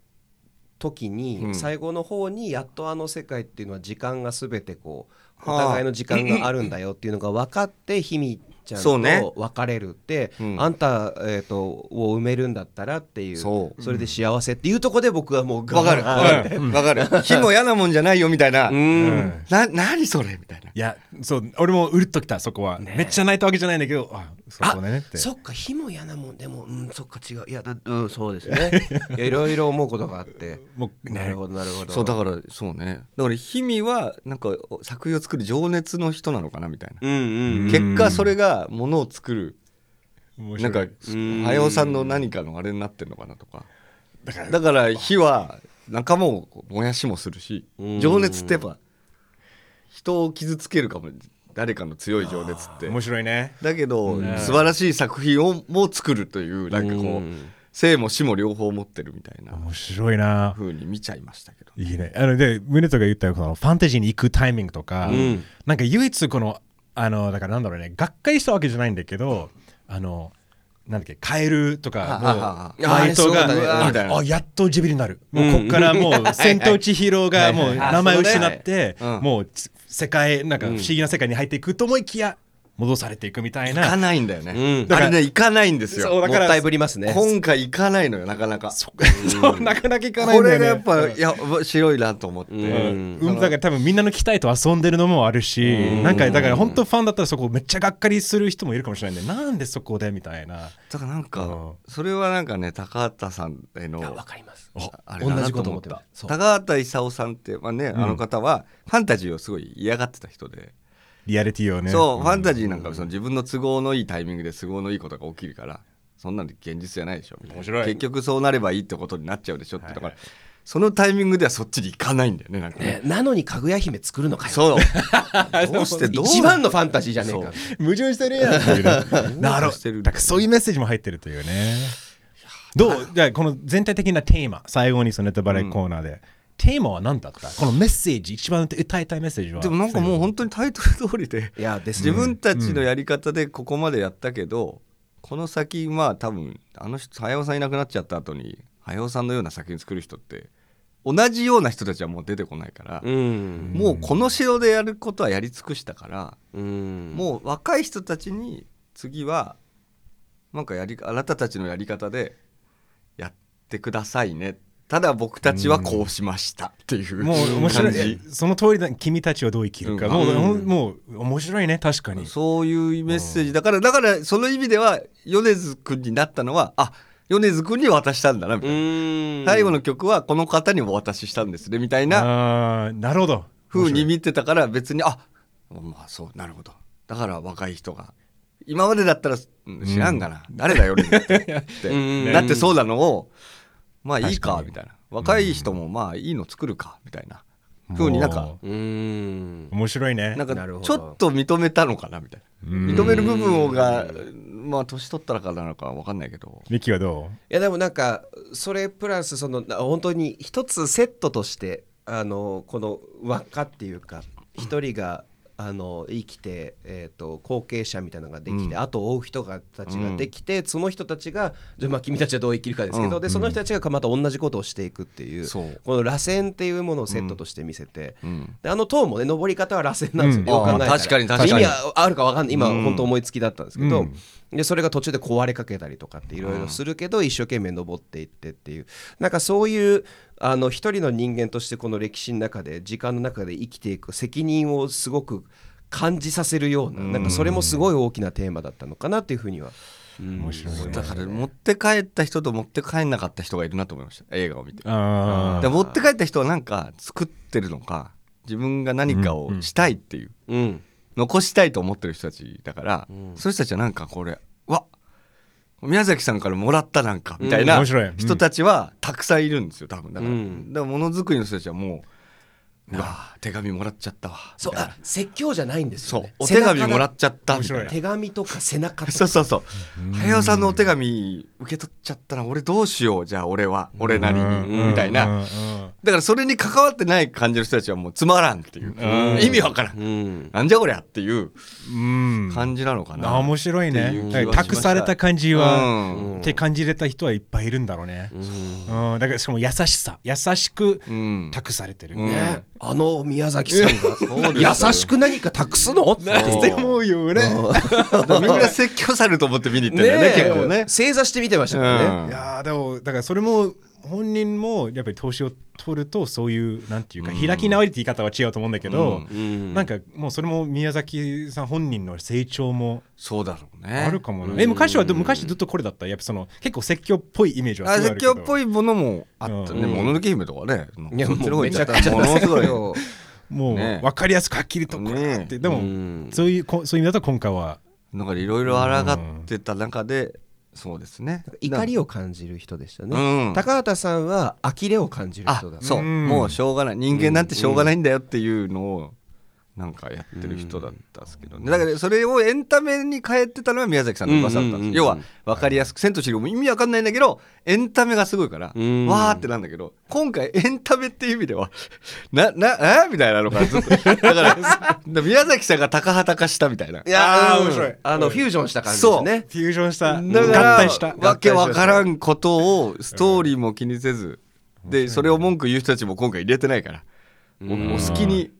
Speaker 2: 時に、
Speaker 3: うん
Speaker 2: 最後の方にやっとあの世界っていうのは時間が全てこうお
Speaker 3: はあ
Speaker 2: 互いの時間があるんだよっていうのが分かってひみちゃん
Speaker 3: そうね
Speaker 2: と別れるって、
Speaker 3: うん
Speaker 2: あんた、えー、とを埋めるんだったらっていう
Speaker 3: そう
Speaker 2: れで幸せっていうとこで僕はもう
Speaker 3: わかる
Speaker 2: ガーン
Speaker 3: わかるわかる火も嫌なもんじゃないよみたいな
Speaker 1: うん
Speaker 3: な何それみたいない
Speaker 1: やそう俺もうるっときたそこはめっちゃ泣いたわけじゃないんだけどあそこねって
Speaker 2: そっか火も嫌なもんでもうんそっか違ういやだ うんそうですねいやいろいろ思うことがあって
Speaker 1: もう
Speaker 2: な
Speaker 1: ね
Speaker 2: るほどなるほど
Speaker 3: そうだからそうねだから氷見はなんか作品を作る情熱の人なのかなみたいな
Speaker 2: うんうん
Speaker 3: 結果それがものを作る
Speaker 1: 面
Speaker 3: な
Speaker 1: 白
Speaker 3: んか
Speaker 1: い
Speaker 3: 早尾さんの何かのあれになってるのかなとか
Speaker 1: だから
Speaker 3: だから火は仲間を燃やしもするし
Speaker 2: うん
Speaker 3: 情熱ってやっぱ人を傷つけるかも誰かの強い情熱って
Speaker 1: 面白いね
Speaker 3: だけど
Speaker 1: ね
Speaker 3: 素晴らしい作品をも作るというなんかこう生も死も両方持ってるみたいな
Speaker 1: 面白いな
Speaker 3: 風に見ちゃいましたけど
Speaker 1: いいねあので宗とが言ったよこのファンタジーに行くタイミングとか、
Speaker 2: ん
Speaker 1: なんか唯一このあのだからなんだろうね学会したわけじゃないんだけどあのなんだっけカエルと
Speaker 3: はあは
Speaker 1: かもうバイ
Speaker 3: あ
Speaker 1: ト
Speaker 2: あれそうだねう
Speaker 1: が
Speaker 3: わ
Speaker 1: あ
Speaker 3: みたいな
Speaker 1: あやっとジブリになるもうこっ からもう戦闘地ヒーローがもう名前失って
Speaker 3: うん
Speaker 1: もう世界なんか不思議な世界に入っていくと思いきや戻されていくみたい
Speaker 3: 行か
Speaker 1: な
Speaker 3: ないんだよね
Speaker 2: う
Speaker 3: あれね行かないんです
Speaker 1: そう
Speaker 3: よ
Speaker 1: だから
Speaker 2: もったいぶりますね
Speaker 3: 今回行かないのよなかなか
Speaker 1: そ そうなかなかいかない
Speaker 3: こ
Speaker 1: んだ
Speaker 3: れ
Speaker 1: よ
Speaker 3: が
Speaker 1: ね
Speaker 3: やっぱいや白いなと思って
Speaker 1: うんうん、だから多分みんなの期待と遊んでるのもあるし、なんかだから本当ファンだったらそこめっちゃがっかりする人もいるかもしれないんでなんでそこでみたいな
Speaker 3: だからなん
Speaker 1: うん
Speaker 3: かそれはなんかね高畑さんへの
Speaker 2: わかります
Speaker 3: あれだな
Speaker 2: 同じこと思ってたそう
Speaker 3: 高畑勲さんって、まあね、あの方はファンタジーをすごい嫌がってた人で、
Speaker 1: リアリティをね
Speaker 3: そう、ファンタジーなんかその自分の都合のいいタイミングで都合のいいことが起きるからそんなの現実じゃないでしょみたいな
Speaker 1: 面白い
Speaker 3: 結局そうなればいいってことになっちゃうでしょってだから、そのタイミングではそっちに行かないんだよねなんかね
Speaker 2: ねなのにかぐや姫作るのかよ
Speaker 3: そうどうしてどう
Speaker 2: 一番のファンタジーじゃねえか
Speaker 1: 矛盾してるやんっていうねなるほ
Speaker 3: して
Speaker 1: ど
Speaker 3: る
Speaker 1: だからそういうメッセージも入ってるというねどうじゃあこの全体的なテーマ最後にそのネタバレコーナーで、テーマは何だったこのメッセージ一番歌いたいメッセージは
Speaker 3: でもなんかもう本当にタイトル通りで
Speaker 2: いやですね
Speaker 3: 自分たちのやり方でここまでやったけど、この先まあ多分あの人早尾さんいなくなっちゃった後に早尾さんのような作品作る人って同じような人たちはもう出てこないから、
Speaker 2: うん
Speaker 3: もうこの城でやることはやり尽くしたから、
Speaker 2: うん
Speaker 3: もう若い人たちに次はなんかやりあなたたちのやり方でやってくださいねただ僕たちはこうしましたっていう
Speaker 1: もう面白
Speaker 3: 感
Speaker 1: い
Speaker 3: じ
Speaker 1: ねその通りだ君たちはどう生きるか、
Speaker 3: うん
Speaker 1: もう
Speaker 3: うん
Speaker 1: ほんもう面白いね確かに
Speaker 3: そういうメッセージだからだからその意味では米津君になったのはあ米津君に渡したんだなみたいな、
Speaker 2: うん
Speaker 3: 最後の曲はこの方にお渡ししたんですねみたいな
Speaker 1: あーなるほど
Speaker 3: 風に見てたから別にあまあそうなるほどだから若い人が今までだったらうん知らんがな、誰だよ俺って
Speaker 2: うん
Speaker 3: だってそうなのをまあいい
Speaker 1: 確か
Speaker 3: か
Speaker 1: に
Speaker 3: みたいな若い人もまあいいの作るかみたいな風になんか
Speaker 1: も
Speaker 2: うん
Speaker 1: う面白いね
Speaker 3: なんか
Speaker 2: なるほど
Speaker 3: ちょっと認めたのかなみたいな
Speaker 1: うん
Speaker 3: 認める部分をがまあ年取ったらからなのか分かんないけど
Speaker 1: ミキはどう
Speaker 2: いやでもなんかそれプラスそのな本当に一つセットとしてあのこの輪っかっていうか一人があの生きて、えー、と後継者みたいなのができて、
Speaker 3: うん
Speaker 2: 後を追う人がたちができて、その人たちがじゃあまあ君たちはどう生きるかですけど、
Speaker 3: うん
Speaker 2: でその人たちがまた同じことをしていくっていう
Speaker 3: そう
Speaker 2: この螺旋っていうものをセットとして見せて、
Speaker 3: うん
Speaker 2: であの塔もね登り方は螺旋なんですよ、
Speaker 1: うん
Speaker 2: よく考えたら
Speaker 3: あー確かに確かに
Speaker 2: 意味はあるかわかんない今、
Speaker 3: うん
Speaker 2: 本当思いつきだったんですけど、
Speaker 1: うん
Speaker 2: でそれが途中で壊れかけたりとかっていろいろするけど、一生懸命登っていってっていうなんかそういうあの一人の人間としてこの歴史の中で時間の中で生きていく責任をすごく感じさせるような,、なんかそれもすごい大きなテーマだったのかなっていうふうには、
Speaker 1: 面白いね
Speaker 3: だから持って帰った人と持って帰んなかった人がいるなと思いました映画を見て
Speaker 1: あ
Speaker 3: で持って帰った人はなんか作ってるのか自分が何かをしたいっていう、
Speaker 2: うん、
Speaker 3: 残したいと思ってる人たちだから、
Speaker 2: ん
Speaker 3: そういう人たちはなんかこれうわ宮崎さんからもらったなんかみたい
Speaker 1: うん
Speaker 3: な
Speaker 1: 面白いうん
Speaker 3: 人たちはたくさんいるんですよ多分だから、
Speaker 2: うん
Speaker 3: だからものづくりの人たちはもううわ手紙もらっちゃったわ
Speaker 2: そう
Speaker 3: みたいな
Speaker 2: あ説教じゃないんです
Speaker 3: そ
Speaker 2: よ、
Speaker 3: う
Speaker 2: ね、
Speaker 3: お手紙もらっちゃった
Speaker 1: 面
Speaker 3: みた
Speaker 1: 白
Speaker 3: い
Speaker 1: い
Speaker 3: な
Speaker 2: 手紙とか背 中とか
Speaker 3: そうそうそう早尾さんのお手紙受け取っちゃったら俺どうしようじゃあ俺は俺なりにみたいな、
Speaker 1: うんうん
Speaker 3: だからそれに関わってない感じの人たちはもうつまらんっていう、
Speaker 1: うん
Speaker 3: 意味わからん、
Speaker 2: うん
Speaker 3: なんじゃこりゃっていう
Speaker 1: うん
Speaker 3: 感じなのかな、
Speaker 1: あ面白い
Speaker 3: っていう
Speaker 1: ね
Speaker 3: 気
Speaker 1: だ
Speaker 3: は
Speaker 1: から
Speaker 3: しました
Speaker 1: 託された感じは、
Speaker 3: うん
Speaker 1: って感じれた人はいっぱいいるんだろうね、うんだからしかも優しさ優しく
Speaker 3: うん
Speaker 1: 託されてる、
Speaker 3: うん
Speaker 2: ねあの宮崎さんが優しく何か託すのって
Speaker 1: 思うよ俺
Speaker 3: みんな説教されると思って見に行ってんだよね結構ね
Speaker 2: 正座して見てましたから
Speaker 3: うん
Speaker 1: い
Speaker 2: ね
Speaker 1: やーでもだからそれも本人もやっぱり投資を取るとそういうなんていうか開き直りって言い方は違うと思うんだけど、なんかもうそれも宮崎さん本人の成長も
Speaker 3: そうだろうね
Speaker 1: あるかもな、え昔はど昔ずっとこれだったやっぱその結構説教っぽいイメージは
Speaker 3: あ
Speaker 1: すごいあ
Speaker 3: 説
Speaker 1: るけど
Speaker 3: 教っぽいものもあったね、
Speaker 1: うん
Speaker 3: もののけ姫とかね
Speaker 2: いや
Speaker 3: そっちの方
Speaker 2: め
Speaker 3: 行っ
Speaker 2: ち
Speaker 3: ちゃ
Speaker 2: ゃく
Speaker 3: った
Speaker 2: ちゃ
Speaker 3: ものすご い
Speaker 2: よ
Speaker 1: もう
Speaker 3: ね
Speaker 1: 分かりやすくはっきりとこれって、でも、
Speaker 2: うん
Speaker 1: そういうこそういう意味だと今回は
Speaker 3: なんかいろいろ抗ってた中でそうですね
Speaker 2: 怒り
Speaker 3: を
Speaker 2: を感じる人でした
Speaker 3: う
Speaker 2: ね
Speaker 3: ん
Speaker 2: 高畑さんは呆れを感じる
Speaker 3: あ
Speaker 2: 人だ
Speaker 3: そう、
Speaker 1: うん
Speaker 3: もうしょうがない人間なんてしょうがないんだよっていうのをなんかやってる人だったんですけどね、だからそれをエンタメに変えてたのは宮崎さんの噂だった
Speaker 2: うんう
Speaker 3: んです、
Speaker 2: んうんうん
Speaker 3: 要は分かりやすく「千と千尋」も意味わかんないんだけどエンタメがすごいから、
Speaker 2: うん
Speaker 3: わーってなんだけど今回エンタメっていう意味では ななえみたいなのがずっとだ から宮崎さんが高畑化したみたいない
Speaker 2: や
Speaker 1: あー
Speaker 2: ー
Speaker 1: 面白い
Speaker 2: あのフュージョンした感じですね
Speaker 1: フュージョンした
Speaker 3: だから
Speaker 1: 合体した
Speaker 3: わけわからんことをストーリーも気にせず、でそれを文句言う人たちも今回入れてないから、おお好きに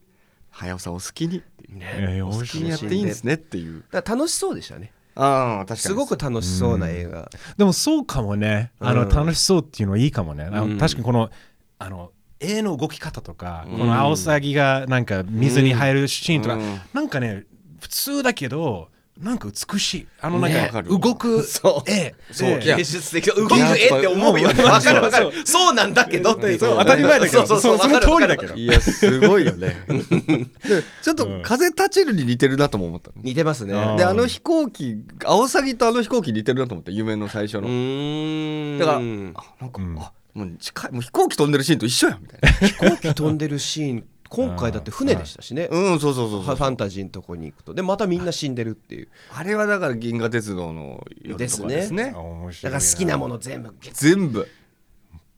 Speaker 3: 早尾さんお好きに
Speaker 1: えー
Speaker 3: お好きに
Speaker 1: 面
Speaker 3: や
Speaker 1: 白い
Speaker 3: っていいんですねっていう
Speaker 2: だから楽しそうでしたね
Speaker 3: ああ確かに
Speaker 2: すごく楽しそうな映画
Speaker 1: でもそうかもねあの、
Speaker 2: うん
Speaker 1: 楽しそうっていうのはいいかもね、あの
Speaker 2: うん
Speaker 1: 確かにこのあの絵の動き方とか、このアオサギがなんか水に入るシーンとか、
Speaker 3: うん
Speaker 1: なんかね普通だけどなんか美しいあのなん
Speaker 3: ね
Speaker 1: か
Speaker 3: わかる
Speaker 1: 動く
Speaker 2: そう
Speaker 1: 絵
Speaker 3: そう
Speaker 1: で
Speaker 3: いや
Speaker 2: 術的動
Speaker 3: いややっぱ
Speaker 2: わかるわかるそうなんだけどっていう
Speaker 1: そう当たり前だけど
Speaker 2: そうそ
Speaker 1: そ
Speaker 2: うそう
Speaker 1: の
Speaker 2: わかる
Speaker 1: 通
Speaker 2: わ
Speaker 1: り
Speaker 2: か
Speaker 1: だ
Speaker 2: る
Speaker 1: けど
Speaker 3: いやすごいよねでちょっと風立ちるに似てるなとも思ったの、
Speaker 2: 似てますね
Speaker 1: うん
Speaker 3: であの飛行機アオサギとあの飛行機似てるなと思った夢の最初の、だ
Speaker 2: だ
Speaker 3: か
Speaker 2: から
Speaker 3: あ
Speaker 2: ら
Speaker 3: なんか、
Speaker 1: うん
Speaker 3: あもう近いもう飛行機飛んでるシーンと一緒やんみたいな
Speaker 2: 飛行機飛んでるシーン今回だって船でしたしね、
Speaker 3: うんそうそうそう
Speaker 2: フ
Speaker 3: そう
Speaker 2: ァファンタジーのとこに行くとでまたみんな死んでるっていう
Speaker 3: あれはだから銀河鉄道の夜とかですね
Speaker 1: あ面白
Speaker 2: だ
Speaker 1: い
Speaker 2: から好きなもの全部ゲッ
Speaker 3: 全部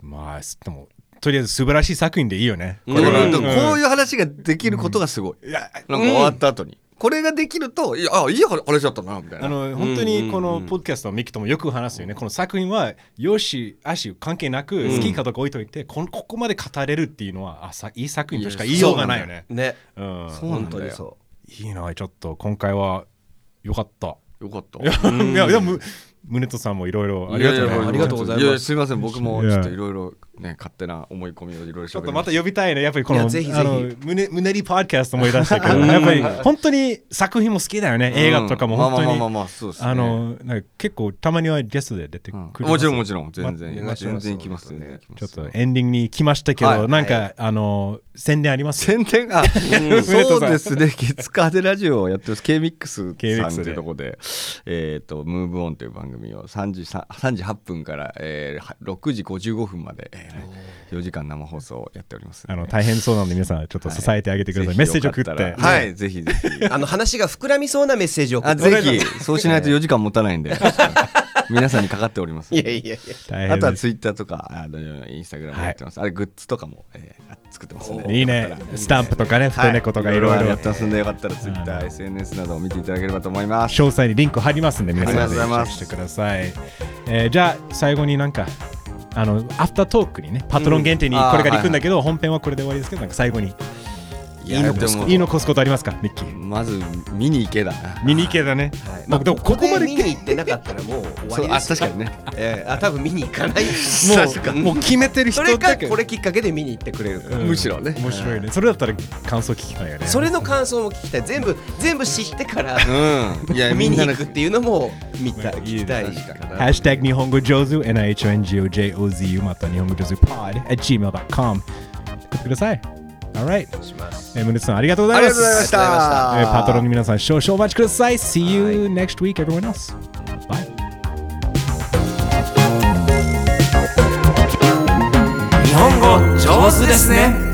Speaker 1: まあでもとりあえず素晴らしい作品でいいよね。
Speaker 3: これは
Speaker 1: うん
Speaker 3: こういう話ができることがすごい。
Speaker 1: いや
Speaker 3: なんか終わった後に。これができると、いや、あいい話だったな、みたい
Speaker 1: あ
Speaker 3: な。
Speaker 1: の本当にこのポッドキャストのミキともよく話すよね、この作品はよし、あし関係なく好きかどうか置いといて、こんここまで語れるっていうのはあさいい作品としか言いようがないよね。
Speaker 2: ね
Speaker 1: うん、
Speaker 3: そうなん
Speaker 2: 本
Speaker 3: だよ
Speaker 2: 当にそ
Speaker 1: いいな、ちょっと今回はよかった。
Speaker 3: よかっ た。
Speaker 1: いや、でも、宗人さんもいろいろありがとう
Speaker 3: いやい
Speaker 1: ね
Speaker 3: や
Speaker 2: ありがとうございます
Speaker 3: ややすみません、僕もちょっといろいろね、勝手な思い込みをいろいろ
Speaker 1: ちょっと
Speaker 3: 喋
Speaker 1: ま
Speaker 3: りま
Speaker 1: た
Speaker 3: し
Speaker 1: 呼びたいね、やっぱりこの、
Speaker 2: いやぜひぜひ
Speaker 1: あのむねむねりパーキャスト思い出したけど、やっぱり本当に作品も好きだよね、
Speaker 3: た。
Speaker 1: 映画とかも本当に。
Speaker 3: まあまあまあまあ、そうですね。
Speaker 1: あのなんか結構たまにはゲストで出てく
Speaker 3: う
Speaker 1: る、
Speaker 3: ん、もちろんもちろん、全
Speaker 1: ま
Speaker 3: 然、
Speaker 2: ま
Speaker 3: 全然行きます、全然行きます。
Speaker 1: ちょっとエンディングに来ましたけど、
Speaker 3: はい
Speaker 1: なんか、あの宣伝あります
Speaker 3: 宣伝が、 そうですね、 月火でラジオをやってます、KMIX さん
Speaker 1: K-Mix
Speaker 3: と
Speaker 1: で
Speaker 3: いうとこで、えっ、と、ムーブオンという番組を3時 ,3 時8分から、えーは6時55分まで、え4時間生放送をやっております、
Speaker 1: あの大変そうなので皆さんちょっと支えてあげてください、メッセージ送って
Speaker 3: は、い、ぜひぜひ。
Speaker 2: うあの話が膨らみそうなメッセージを送
Speaker 3: あ
Speaker 2: ってくだ
Speaker 3: ぜ
Speaker 2: さい
Speaker 3: ひ、そうしないと4時間持たないんで、皆さんにかかっております。
Speaker 2: いやいやいや
Speaker 1: 大
Speaker 3: あ
Speaker 1: 変
Speaker 3: とは
Speaker 1: です
Speaker 3: ツイッターとか、あのインスタグラムやってます。あれ、グッズとかも、えー作ってますんで。
Speaker 1: いいねスタンプとかね太猫とかいろい
Speaker 3: や
Speaker 1: ろ
Speaker 3: ってますんで、よかったらツイッター、SNS などを見ていただければと思います。
Speaker 1: 詳細にリンク貼りますんで皆さん
Speaker 3: ありがとうございます
Speaker 1: ぜひチェックしてください、えーじゃあ最後になんかあのアフタートークにねパトロン限定に
Speaker 3: うんあー
Speaker 1: これから行くんだけど、本編はこれで終わりですけどなんか最後に言い
Speaker 3: や
Speaker 1: 残す
Speaker 3: でも
Speaker 1: 言い残すことありますかミッキー
Speaker 3: まず、見に行けだな。
Speaker 1: 見に行けだね、
Speaker 2: はい
Speaker 1: まあ、でもここまで
Speaker 2: 見に行ってなかったらもう終わ
Speaker 3: そう
Speaker 2: り
Speaker 3: あ
Speaker 2: です
Speaker 3: 確かにね。
Speaker 2: えーあ多分見に行かない
Speaker 1: もうもう決めてる人
Speaker 2: それ
Speaker 1: だ
Speaker 2: か
Speaker 1: け
Speaker 2: これきっかけで見に行ってくれるから、
Speaker 1: うん
Speaker 3: むしろね
Speaker 1: 面白いねそれだったら感想聞きたいよね
Speaker 2: それの感想も聞きたい全部全部知ってから
Speaker 3: うん。 いや、
Speaker 2: 見に
Speaker 3: みんなの
Speaker 2: 行くっていうのも見たい聞きたい
Speaker 3: 確かに
Speaker 1: ハッシュタグ日本語上手 NIHONGOJOZU また日本語上手 pod at gmail.com 送ってください Alright
Speaker 2: します
Speaker 1: えー、ムネツさんありがとうご
Speaker 3: あ
Speaker 1: ざい
Speaker 3: り
Speaker 1: ま
Speaker 3: が
Speaker 1: す
Speaker 3: とうございました。
Speaker 1: えーパトロンの皆さん少々お待ちください See you next week everyone else Bye
Speaker 2: 日本語上手ですね